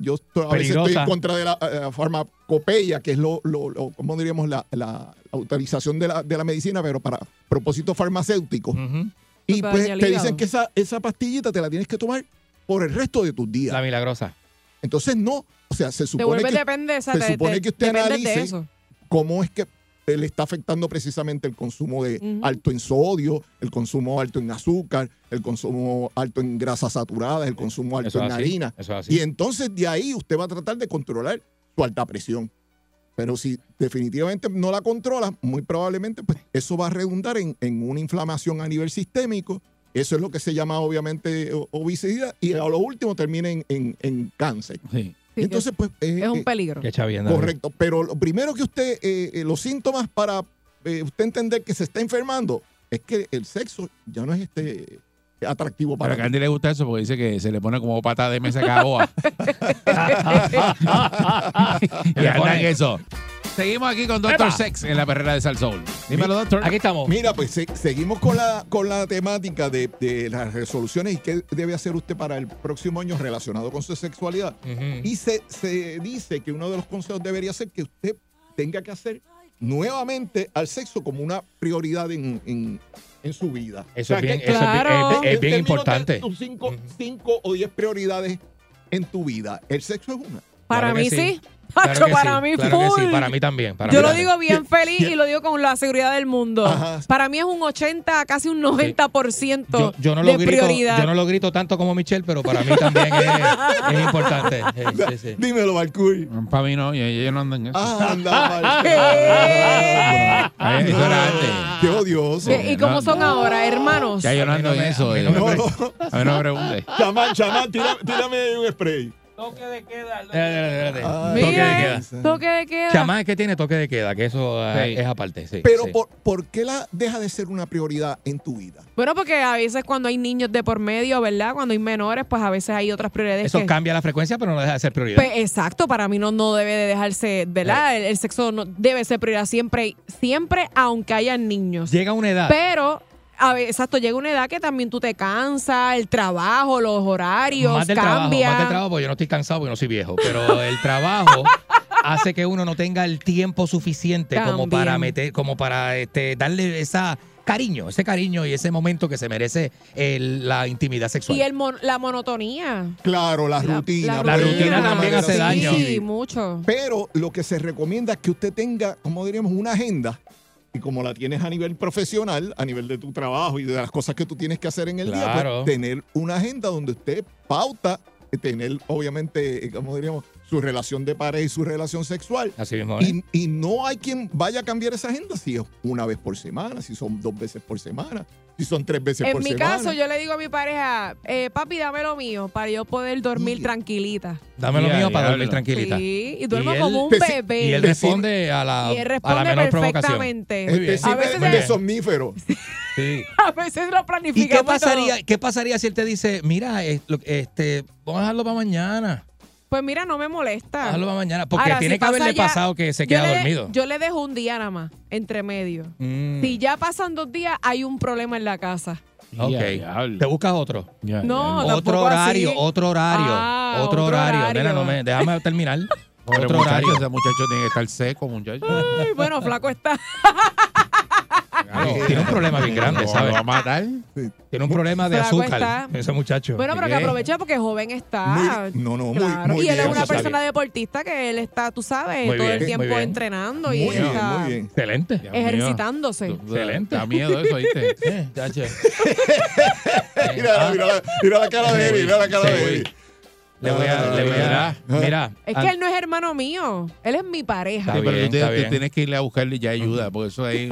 Speaker 13: yo estoy- a veces estoy
Speaker 10: Peligrosa.
Speaker 13: en contra de la eh, farmacopeia, que es lo, lo, lo- ¿cómo diríamos? La, la autorización de la, de la medicina, pero para propósitos farmacéuticos. Y
Speaker 3: Para
Speaker 13: pues
Speaker 3: dañar el
Speaker 13: te
Speaker 3: hígado.
Speaker 13: dicen que esa, esa pastillita te la tienes que tomar por el resto de tus días.
Speaker 3: La milagrosa.
Speaker 13: Entonces no, o sea, se
Speaker 4: Te
Speaker 13: supone
Speaker 4: vuelves
Speaker 13: que,
Speaker 4: depende, o sea,
Speaker 13: se
Speaker 4: te-
Speaker 13: supone
Speaker 4: te-
Speaker 13: que usted
Speaker 4: dependes
Speaker 13: analice
Speaker 4: de eso.
Speaker 13: cómo es que le está afectando precisamente el consumo de
Speaker 4: Ujú.
Speaker 13: alto en sodio, el consumo alto en azúcar, el consumo alto en grasas saturadas, el consumo alto
Speaker 3: Eso es
Speaker 13: en
Speaker 3: así,
Speaker 13: harina.
Speaker 3: eso es así.
Speaker 13: Y entonces de ahí usted va a tratar de controlar su alta presión. Pero si definitivamente no la controla, muy probablemente pues, eso va a redundar en, en una inflamación a nivel sistémico. Eso es lo que se llama obviamente o- obesidad y a lo último termina en, en- en cáncer.
Speaker 4: Sí,
Speaker 13: Entonces, pues...
Speaker 4: Es un peligro.
Speaker 3: Qué chavienda, ¿no?
Speaker 13: Correcto, pero lo primero que usted, eh, eh, los síntomas para eh, usted entender que se está enfermando es que el sexo ya no es este atractivo
Speaker 2: Pero
Speaker 13: para
Speaker 2: a Candy le gusta eso porque dice que se le pone como pata de mesa cada boa. y
Speaker 10: Le
Speaker 2: andan
Speaker 10: pone-
Speaker 2: eso. Seguimos aquí con Doctor
Speaker 13: ¡Epa!
Speaker 2: Sex en la perrera de Salsoul. Dímelo,
Speaker 13: Mi-
Speaker 3: Ah,
Speaker 2: Doctor.
Speaker 13: Mira, pues se- seguimos con la, con la temática de, de las resoluciones y qué debe hacer usted para el próximo año relacionado con su sexualidad. Y se, se dice que uno de los consejos debería ser que usted tenga que hacer nuevamente al sexo como una prioridad en, en- en su vida.
Speaker 3: Eso es
Speaker 13: que-
Speaker 3: bien- eso es bien- Claro. es bien- es bien
Speaker 13: en términos de
Speaker 3: importante.
Speaker 13: Tus cinco, cinco o diez prioridades en tu vida. El sexo es una.
Speaker 4: Para Claro que mí sí. sí. Claro Hacho, que para sí, mí claro que sí, full. para mí
Speaker 3: también.
Speaker 4: Yo lo digo bien feliz y lo digo con la seguridad del mundo.
Speaker 3: Ajá.
Speaker 4: Para mí es un 80, casi un 90%
Speaker 3: Yo, yo no
Speaker 4: de
Speaker 3: lo grito,
Speaker 4: prioridad.
Speaker 3: yo no lo grito tanto como Michelle, pero para mí también es, es importante. Sí, sí, sí.
Speaker 13: Dímelo, Valcuy. Ah.
Speaker 2: Para Mm, mí no, y ellos no andan en eso. Ay, eso era antes.
Speaker 13: Ah. Qué odioso.
Speaker 4: ¿Y y cómo son ahora, hermanos?
Speaker 2: Ya yo no ando en eso. eh.
Speaker 13: no me-
Speaker 2: A ver, no me pregunte.
Speaker 13: Chamán, chamán, tira- tírame un spray.
Speaker 3: Espérate, espérate. Toque de
Speaker 4: Mira,
Speaker 3: queda.
Speaker 4: eh, toque de queda.
Speaker 3: Chamán es que tiene toque de queda, que eso ah,
Speaker 2: Sí.
Speaker 3: es aparte. Sí,
Speaker 13: Pero
Speaker 3: sí.
Speaker 4: pues,
Speaker 13: por, ¿por qué la deja de ser una prioridad en tu vida?
Speaker 4: Bueno, porque a veces cuando hay niños de por medio, ¿verdad? Cuando hay menores, pues a veces hay otras prioridades.
Speaker 3: eso
Speaker 4: que-
Speaker 3: cambia la frecuencia, pero no deja de ser prioridad.
Speaker 4: Pues, exacto, para mí no, no debe de dejarse,
Speaker 3: Eh.
Speaker 4: ¿verdad? El, el sexo no debe ser prioridad siempre, siempre, aunque haya niños.
Speaker 3: Llega una edad.
Speaker 4: Pero, a ver, exacto, llega una edad que también tú te cansas, el trabajo, los horarios
Speaker 3: más del trabajo,
Speaker 4: cambian.
Speaker 3: más del trabajo, porque yo no estoy cansado porque no soy viejo, pero el trabajo hace que uno no tenga el tiempo suficiente como
Speaker 4: También.
Speaker 3: para meter, como para este, darle esa cariño, ese cariño y ese momento que se merece el- la intimidad sexual.
Speaker 4: Y el mon- la monotonía.
Speaker 13: Claro, la,
Speaker 4: la
Speaker 13: rutina.
Speaker 3: La
Speaker 13: por
Speaker 3: rutina
Speaker 13: decirlo de
Speaker 3: también
Speaker 13: una
Speaker 3: hace
Speaker 13: manera.
Speaker 3: daño.
Speaker 4: Sí, mucho.
Speaker 13: Pero lo que se recomienda es que usted tenga, como diríamos, una agenda. Y como la tienes a nivel profesional, a nivel de tu trabajo y de las cosas que tú tienes que hacer en el día, pues,
Speaker 3: Claro.
Speaker 13: tener una agenda donde usted pauta, eh, tener, obviamente, eh, como diríamos, su relación de pareja y su relación sexual.
Speaker 3: Así mismo. ¿eh?
Speaker 13: Y, y no hay quien vaya a cambiar esa agenda si es una vez por semana, si son dos veces por semana, si son tres veces
Speaker 4: En
Speaker 13: por
Speaker 4: mi
Speaker 13: semana.
Speaker 4: caso, yo le digo a mi pareja, eh, papi, dame lo mío para yo poder dormir tranquilita.
Speaker 3: Dame lo
Speaker 2: Ya,
Speaker 3: mío para
Speaker 2: diablo.
Speaker 3: dormir tranquilita.
Speaker 4: Sí, y duermo
Speaker 3: él-
Speaker 4: como un
Speaker 3: te si-
Speaker 4: bebé.
Speaker 3: Y él
Speaker 4: Te si-
Speaker 3: responde a la,
Speaker 4: Y él
Speaker 3: a la
Speaker 4: responde
Speaker 3: menor provocación.
Speaker 4: perfectamente.
Speaker 3: Muy bien.
Speaker 4: A veces,
Speaker 3: muy
Speaker 13: de
Speaker 3: bien.
Speaker 13: somnífero.
Speaker 3: Sí.
Speaker 4: a veces lo
Speaker 3: ¿Y
Speaker 4: planificamos
Speaker 3: qué
Speaker 4: todo.
Speaker 3: pasaría, qué pasaría si él te dice, mira, es- lo- este, vamos a dejarlo para mañana?
Speaker 4: Pues mira, no me molesta.
Speaker 3: Hazlo para mañana, porque tiene que
Speaker 4: pasa
Speaker 3: haberle pasado que se
Speaker 4: yo
Speaker 3: queda
Speaker 4: le-
Speaker 3: dormido.
Speaker 4: Yo le dejo un día nada más, entre medio.
Speaker 3: Mm,
Speaker 4: Si ya pasan dos días, hay un problema en la casa.
Speaker 3: ok. ¿Te buscas otro?
Speaker 4: No, diablo.
Speaker 3: otro
Speaker 4: tampoco
Speaker 3: horario,
Speaker 4: así.
Speaker 3: otro horario,
Speaker 4: Ah,
Speaker 3: otro,
Speaker 4: otro
Speaker 3: horario.
Speaker 4: horario.
Speaker 3: Nena, no me, déjame terminar.
Speaker 2: Pobre
Speaker 3: otro
Speaker 2: muchacho,
Speaker 3: horario.
Speaker 2: Ese muchacho tiene que estar seco, muchacho.
Speaker 4: Ay, bueno, flaco está.
Speaker 3: Tiene un problema bien grande,
Speaker 2: Lo-
Speaker 3: ¿sabes?
Speaker 2: lo va a matar.
Speaker 3: Tiene un problema de
Speaker 4: Flaco
Speaker 3: azúcar,
Speaker 4: está.
Speaker 3: ese muchacho.
Speaker 4: Bueno, pero que aprovecha porque joven está.
Speaker 13: Muy- no, no, muy-
Speaker 4: Claro.
Speaker 13: muy
Speaker 4: Y él
Speaker 13: bien,
Speaker 4: es una
Speaker 13: eso está
Speaker 4: persona deportista que él está, tú sabes,
Speaker 3: Muy
Speaker 4: todo
Speaker 3: bien,
Speaker 4: el
Speaker 3: muy
Speaker 4: tiempo
Speaker 3: bien.
Speaker 4: entrenando
Speaker 3: Muy
Speaker 4: y
Speaker 3: bien,
Speaker 4: está
Speaker 13: muy bien.
Speaker 3: Excelente.
Speaker 4: ejercitándose.
Speaker 3: Excelente.
Speaker 2: Da miedo eso, ¿viste?
Speaker 3: Eh, chacho.
Speaker 13: Mira, la- mira la- mira la cara de Eri, mira la cara
Speaker 3: Ah. Sí.
Speaker 13: de Eri.
Speaker 3: Le voy a, le voy a,
Speaker 13: Ah.
Speaker 3: mira.
Speaker 4: Es que él no es hermano mío, él es mi pareja.
Speaker 2: Sí, pero
Speaker 3: bien,
Speaker 2: tú tienes,
Speaker 3: Ah. está
Speaker 2: tú
Speaker 3: bien.
Speaker 2: tienes que irle a buscarle ya ayuda, porque eso ahí.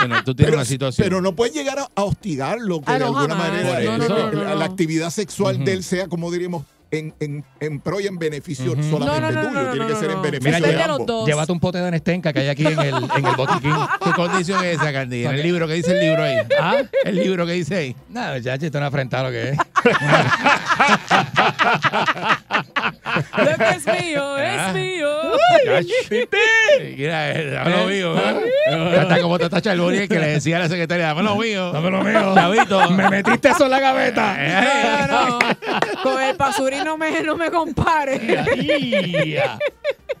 Speaker 2: Bueno, tú tienes una situación.
Speaker 13: Pero no puedes llegar a, a hostigarlo, que
Speaker 4: Ah,
Speaker 13: de
Speaker 4: no,
Speaker 13: alguna
Speaker 4: jamás.
Speaker 13: manera
Speaker 2: No,
Speaker 13: eh,
Speaker 2: no,
Speaker 13: que
Speaker 2: no,
Speaker 13: la-
Speaker 2: no, no.
Speaker 13: la actividad sexual de él sea, como diríamos, en, en, en pro y en beneficio solamente
Speaker 4: No, no, no,
Speaker 13: tuyo.
Speaker 4: no,
Speaker 13: tiene
Speaker 4: no,
Speaker 13: que
Speaker 4: no,
Speaker 13: ser
Speaker 4: no.
Speaker 13: en
Speaker 3: Mira,
Speaker 13: beneficio
Speaker 4: Eso es
Speaker 13: de
Speaker 4: de los
Speaker 13: ambos.
Speaker 4: dos.
Speaker 3: Llévate un pote de anestenca que hay aquí en el, en el botiquín.
Speaker 2: ¿Qué condición es esa, Candy? ¿En el libro que dice el libro ahí?
Speaker 3: ¿Ah?
Speaker 2: ¿El libro que dice ahí?
Speaker 3: No, ya esto es una afrentada lo que es.
Speaker 4: Lo que es mío,
Speaker 2: Ah.
Speaker 4: es mío.
Speaker 3: ¿Eh?
Speaker 2: Mira, dame lo mío. ¿eh? Ya está como Tata Charboniel que le decía a la secretaria, dame lo mío. Dame lo mío. Chavito. Me metiste eso en la gaveta.
Speaker 4: No, no. Con el pasurí no me, no me compare.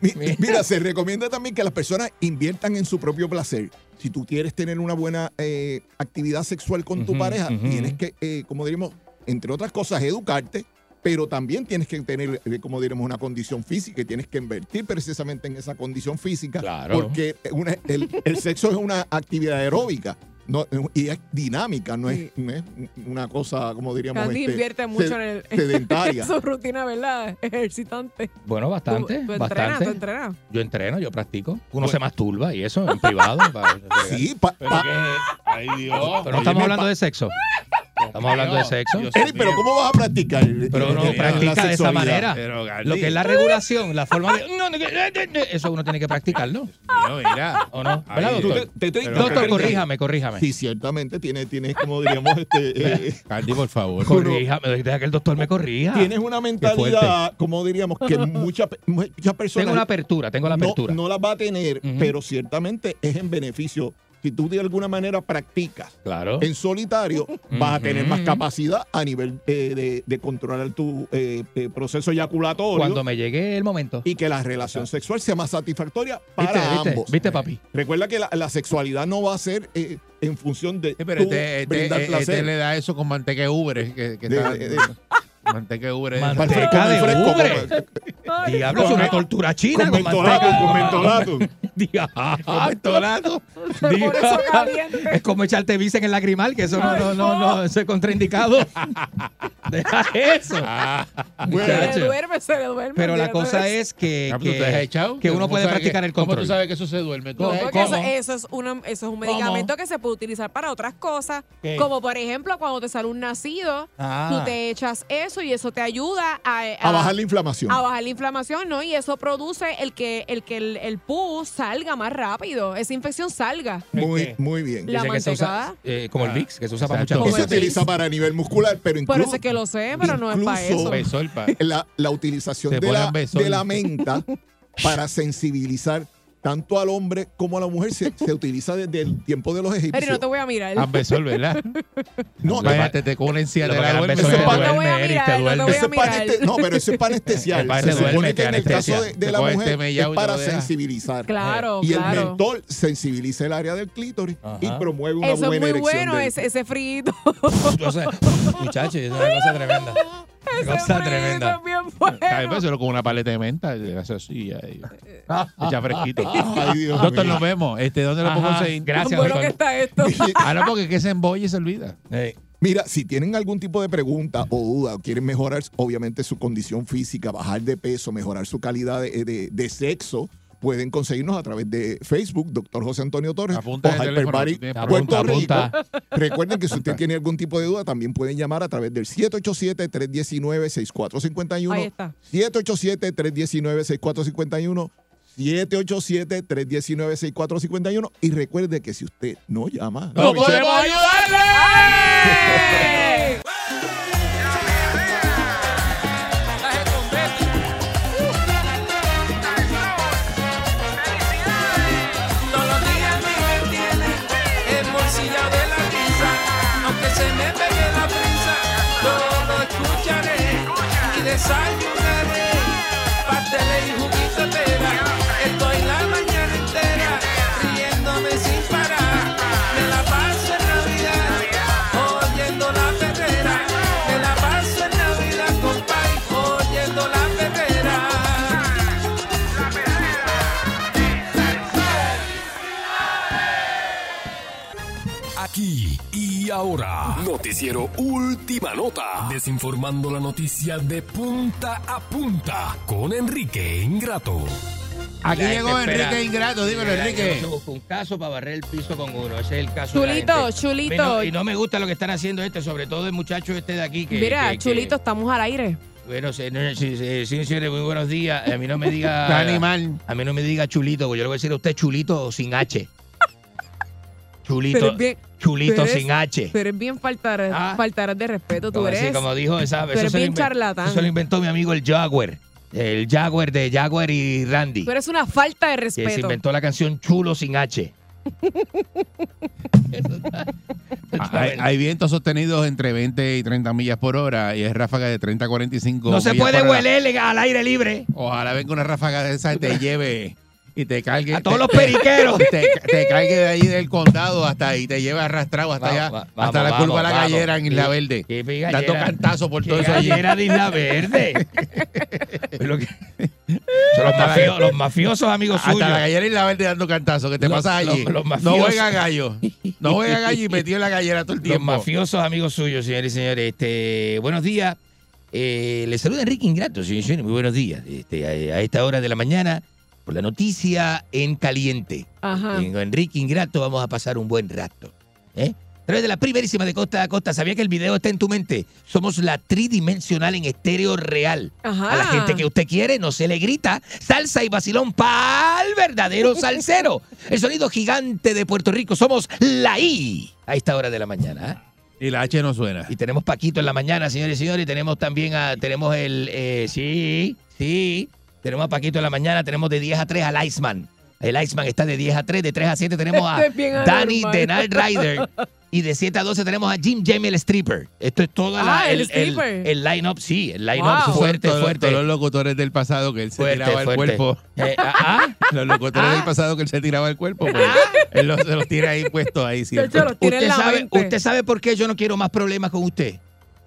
Speaker 13: Mi- Mira, se recomienda también que las personas inviertan en su propio placer. Si tú quieres tener una buena eh, actividad sexual con tu
Speaker 3: Ujú,
Speaker 13: pareja,
Speaker 3: ujú.
Speaker 13: tienes que, eh, como diríamos, entre otras cosas, educarte, pero también tienes que tener, eh, como diríamos, una condición física y tienes que invertir precisamente en esa condición física. Porque una- el, el sexo es una actividad aeróbica. No, y es dinámica, no es, no es una cosa, como diríamos,
Speaker 4: Candy
Speaker 13: este,
Speaker 4: invierte mucho en, el,
Speaker 13: sed- sedentaria.
Speaker 4: su rutina, ¿verdad? Ejercitante.
Speaker 3: Bueno, bastante.
Speaker 4: Tú- tú entrenas,
Speaker 3: bastante.
Speaker 4: tú entrenas.
Speaker 3: Yo entreno, yo practico. Uno
Speaker 2: Pues
Speaker 3: se masturba y eso en privado. para-
Speaker 13: Sí,
Speaker 3: Pero que- Pero no estamos hablando de sexo. Estamos hablando de sexo.
Speaker 13: Eri, pero ¿cómo vas a practicar? Eh,
Speaker 3: Pero no
Speaker 13: la
Speaker 3: practica de esa
Speaker 13: sexualidad?
Speaker 3: manera.
Speaker 2: Pero, Gandhi.
Speaker 3: Lo que es la regulación, la forma de. no, no, que- Eso uno tiene que practicarlo.
Speaker 2: mira.
Speaker 3: ¿O no?
Speaker 13: Ahí,
Speaker 3: ¿Verdad, doctor?
Speaker 13: tú te- te estoy-
Speaker 3: Pero-
Speaker 13: no,
Speaker 3: doctor,
Speaker 13: pero-
Speaker 3: corríjame, corríjame.
Speaker 13: Sí, ciertamente, tiene, tiene como diríamos, este, eh,
Speaker 2: Candy, por favor.
Speaker 3: Corríjame, deja que el doctor me corrija.
Speaker 13: tienes una mentalidad,
Speaker 3: fuerte.
Speaker 13: como diríamos, que muchas muchas personas...
Speaker 3: Tengo la apertura, tengo la
Speaker 13: no-
Speaker 3: apertura.
Speaker 13: No, la va a tener,
Speaker 3: Ujú.
Speaker 13: pero ciertamente es en beneficio. Si tú de alguna manera practicas
Speaker 3: Claro.
Speaker 13: en solitario, vas a tener
Speaker 3: Ujú.
Speaker 13: más capacidad a nivel eh, de, de controlar tu eh, eh, proceso eyaculatorio.
Speaker 3: Cuando me llegue el momento.
Speaker 13: y que la relación sexual sea más satisfactoria para
Speaker 3: ¿Viste, viste,
Speaker 13: ambos.
Speaker 3: viste, papi?
Speaker 13: Recuerda que la, la sexualidad no va a ser eh, en función de
Speaker 2: Pero
Speaker 13: tú
Speaker 2: este, este-
Speaker 13: brindar
Speaker 2: este
Speaker 13: placer.
Speaker 2: le da eso con manteca de ubre. Que, que
Speaker 13: De-
Speaker 2: está-
Speaker 13: de- de-
Speaker 2: manteca de ubre.
Speaker 3: Manteca de ubre. Diablo, es una tortura china con manteca. ah, Mentolato.
Speaker 11: Por eso caliente.
Speaker 3: Es como echarte bicen en el lagrimal, que eso no, no, no, no, eso es contraindicado. Deja eso.
Speaker 2: Ah.
Speaker 4: Se le
Speaker 3: Muchacho.
Speaker 4: duerme, se le duerme.
Speaker 3: Pero la
Speaker 4: mira,
Speaker 3: cosa
Speaker 4: ¿no
Speaker 3: es que,
Speaker 2: Ah, pero tú te has
Speaker 3: que,
Speaker 2: echado.
Speaker 3: que uno
Speaker 2: ¿Cómo
Speaker 3: puede
Speaker 2: sabes
Speaker 3: practicar
Speaker 2: que-
Speaker 3: el
Speaker 2: ¿Cómo
Speaker 3: control.
Speaker 2: tú sabes que eso se duerme? ¿Tú
Speaker 4: No,
Speaker 2: has-
Speaker 4: porque
Speaker 2: ¿Cómo?
Speaker 4: eso, eso es una, eso es un
Speaker 2: ¿Cómo?
Speaker 4: medicamento que se puede utilizar para otras cosas,
Speaker 2: ¿Qué?
Speaker 4: como por ejemplo cuando te sale un nacido,
Speaker 13: Ah.
Speaker 4: tú te echas eso y eso te ayuda a,
Speaker 13: A bajar la inflamación.
Speaker 4: A bajar la inflamación, ¿no? Y eso produce el que el que el, el pus salga más rápido, esa infección salga.
Speaker 13: Muy, muy bien. Ah.
Speaker 4: La Dice que se usa,
Speaker 3: como el Vicks, que se usa para muchas
Speaker 13: Eso se
Speaker 3: cosas.
Speaker 13: utiliza para a nivel muscular, pero
Speaker 4: Por
Speaker 13: incluso
Speaker 4: eso es que lo sé, pero no es para
Speaker 13: incluso
Speaker 4: eso.
Speaker 13: La, la utilización
Speaker 2: Te
Speaker 13: de la,
Speaker 2: ponen besol.
Speaker 13: de la menta para sensibilizar tanto al hombre como a la mujer se, se utiliza desde el tiempo de los
Speaker 4: Eri,
Speaker 13: egipcios.
Speaker 4: no te voy a mirar.
Speaker 2: Ambesol, ¿verdad?
Speaker 13: No,
Speaker 2: Imagínate, te con una encía,
Speaker 3: Lo
Speaker 2: te
Speaker 3: que
Speaker 2: la
Speaker 3: las
Speaker 2: duermes.
Speaker 3: veces
Speaker 2: Eso
Speaker 3: te
Speaker 2: es para-
Speaker 4: No voy a mirar, no te voy
Speaker 13: Eso
Speaker 4: a
Speaker 13: es para
Speaker 4: mirar.
Speaker 13: este- no, pero eso es para anestesiar.
Speaker 2: Es para
Speaker 13: Se
Speaker 2: te duerme,
Speaker 13: supone que
Speaker 2: te
Speaker 13: en el caso de,
Speaker 2: anestesia.
Speaker 13: de
Speaker 2: Te
Speaker 13: la
Speaker 2: coges
Speaker 13: mujer
Speaker 2: este mellao
Speaker 13: es
Speaker 2: y te
Speaker 13: para
Speaker 2: lo dejas.
Speaker 13: sensibilizar.
Speaker 4: Claro,
Speaker 13: y
Speaker 4: claro.
Speaker 13: el mentol sensibiliza el área del clítoris y promueve una
Speaker 4: Eso es
Speaker 13: buena
Speaker 4: muy
Speaker 13: erección.
Speaker 4: bueno,
Speaker 13: del-
Speaker 4: ese, ese frito.
Speaker 3: Yo sé, muchachos, es una cosa tremenda. Una cosa tremenda.
Speaker 2: Ay, pues, pero Eso es con una paleta de menta. Eso sí, ahí. Echa fresquito.
Speaker 13: Ay, Dios
Speaker 2: Doctor,
Speaker 13: mío.
Speaker 2: nos vemos. Este, ¿Dónde lo
Speaker 3: Ajá,
Speaker 2: puedo conseguir?
Speaker 3: gracias, Bueno doctor. que
Speaker 4: está esto.
Speaker 2: Ahora Ah, porque es que se embolla y se olvida.
Speaker 13: Mira, si tienen algún tipo de pregunta o duda o quieren mejorar, obviamente, su condición física, bajar de peso, mejorar su calidad de, de- de sexo, pueden conseguirnos a través de Facebook, Dr. José Antonio Torres
Speaker 2: Apunta
Speaker 13: o
Speaker 2: ese
Speaker 13: Hyper
Speaker 2: teléfono,
Speaker 13: Party,
Speaker 2: tú tienes
Speaker 13: Puerto
Speaker 2: pregunta,
Speaker 13: Rico. Recuerden que si usted tiene algún tipo de duda, también pueden llamar a través del
Speaker 4: Ahí
Speaker 13: 787-319-6451.
Speaker 4: está.
Speaker 13: 787-319-6451. 787-319-6451. Y recuerde que si usted no llama,
Speaker 11: ¡No podemos ayudarle!
Speaker 10: Todos los días me mantiene hermosilla de la risa, aunque se me pegue la prisa, yo lo escucharé y desayunaré. Pasteles y juguito de pera, estoy la mañana entera riéndome sin parar. Me la paso en Navidad oyendo la perrera, me la paso en Navidad compadre oyendo la perrera.
Speaker 1: Aquí y ahora, noticiero Última Nota, desinformando la noticia de punta a punta con Enrique Ingrato.
Speaker 2: Aquí
Speaker 1: La
Speaker 2: llegó
Speaker 1: gente espera.
Speaker 2: Enrique Ingrato, dímelo,
Speaker 1: Mira,
Speaker 2: Enrique.
Speaker 1: yo no
Speaker 3: Un caso para barrer el piso con uno, ese es el caso.
Speaker 4: de la Chulito, gente. chulito.
Speaker 3: Y no, y no me gusta lo que están haciendo este, sobre todo el muchacho este de aquí. Que,
Speaker 4: Mira,
Speaker 3: que- que-
Speaker 4: chulito, estamos al aire.
Speaker 3: Bueno, se- no, no, sí, sí, sí, señores, muy buenos días. A mí no me diga.
Speaker 2: Está animal.
Speaker 3: A mí no me diga chulito, porque yo le voy a decir a usted chulito sin H. Chulito.
Speaker 4: Pero es bien-
Speaker 3: chulito
Speaker 4: pero
Speaker 3: sin H. Ah.
Speaker 4: Pero es bien faltar, faltar de respeto. Tú
Speaker 3: Como,
Speaker 4: eres.
Speaker 3: así, como dijo, esa,
Speaker 4: Tú eres
Speaker 3: se lo
Speaker 4: bien
Speaker 3: inven-
Speaker 4: charlatán.
Speaker 3: Eso lo inventó mi amigo el Jaguar. El Jaguar de Jaguar y Randy.
Speaker 4: Tú eres una falta de
Speaker 3: Que se
Speaker 4: respeto.
Speaker 3: inventó la canción Chulo sin H.
Speaker 2: Ah, Hay, hay vientos sostenidos entre 20 y 30 millas por hora y es ráfaga de 30 a 45.
Speaker 3: No se
Speaker 2: millas
Speaker 3: puede
Speaker 2: por hora.
Speaker 3: hueler al aire libre.
Speaker 2: Ojalá venga una ráfaga de esa y te lleve y te cargue. A
Speaker 3: todos los periqueros.
Speaker 2: Te, te cargue de ahí del condado hasta ahí, te lleve arrastrado hasta allá, hasta la
Speaker 3: vamos,
Speaker 2: curva de la
Speaker 3: vamos.
Speaker 2: gallera en Isla
Speaker 3: Qué-
Speaker 2: Verde.
Speaker 3: qué
Speaker 2: Dando
Speaker 3: gallera.
Speaker 2: cantazos por
Speaker 3: Qué
Speaker 2: todo eso allí.
Speaker 3: gallera de Isla Verde. Lo que- Son los,
Speaker 2: Hasta la-
Speaker 3: mafio- los mafiosos amigos
Speaker 2: Hasta
Speaker 3: suyos.
Speaker 2: la gallera y la verde dando cantazos, que te
Speaker 3: Los-
Speaker 2: pasas allí.
Speaker 3: los- los
Speaker 2: no
Speaker 3: mafiosos.
Speaker 2: juega gallo. No juega gallo y metido en la gallera todo el
Speaker 3: Los
Speaker 2: tiempo.
Speaker 3: mafiosos amigos suyos, señores y señores. Este, buenos días. Eh, les saluda Enrique Ingrato, señores y señores. Muy buenos días. Este, a, a esta hora de la mañana, por la noticia en caliente.
Speaker 10: Ah.
Speaker 4: Ajá.
Speaker 3: Con Enrique Ingrato vamos a pasar un buen rato. ¿eh? A través de la primerísima de Costa a Costa. Sabía que el video está en tu mente. Somos la tridimensional en estéreo real.
Speaker 4: Ajá.
Speaker 3: A la gente que usted quiere no se le grita salsa y vacilón pa'l verdadero salsero. El sonido gigante de Puerto Rico. Somos la I a esta hora de la mañana.
Speaker 2: Y la H no suena.
Speaker 3: Y tenemos Paquito en la mañana, señores y señores. Tenemos también a, tenemos el, eh, sí, sí. Tenemos a Paquito en la mañana. Tenemos de 10 a 3 al Iceman. El Iceman está de 10 a 3, de 3 a 7 tenemos a
Speaker 10: Este es bien
Speaker 3: Danny
Speaker 10: anormal.
Speaker 3: de Night Rider. Y de 7 a 12 tenemos a Jim Jamie el stripper. Esto es toda la,
Speaker 4: Ah, el stripper.
Speaker 3: el, el line-up, sí, el line-up fuerte,
Speaker 2: Todos-
Speaker 3: fuerte.
Speaker 2: Todos los locutores del pasado que él se
Speaker 3: Fuerte,
Speaker 2: tiraba el
Speaker 3: fuerte.
Speaker 2: cuerpo.
Speaker 3: Eh, ah,
Speaker 2: Los locutores del pasado que él se tiraba el cuerpo. pues, él los, se los tira ahí pues, puestos ahí siempre.
Speaker 3: usted, sabe, usted sabe por qué yo no quiero más problemas con usted.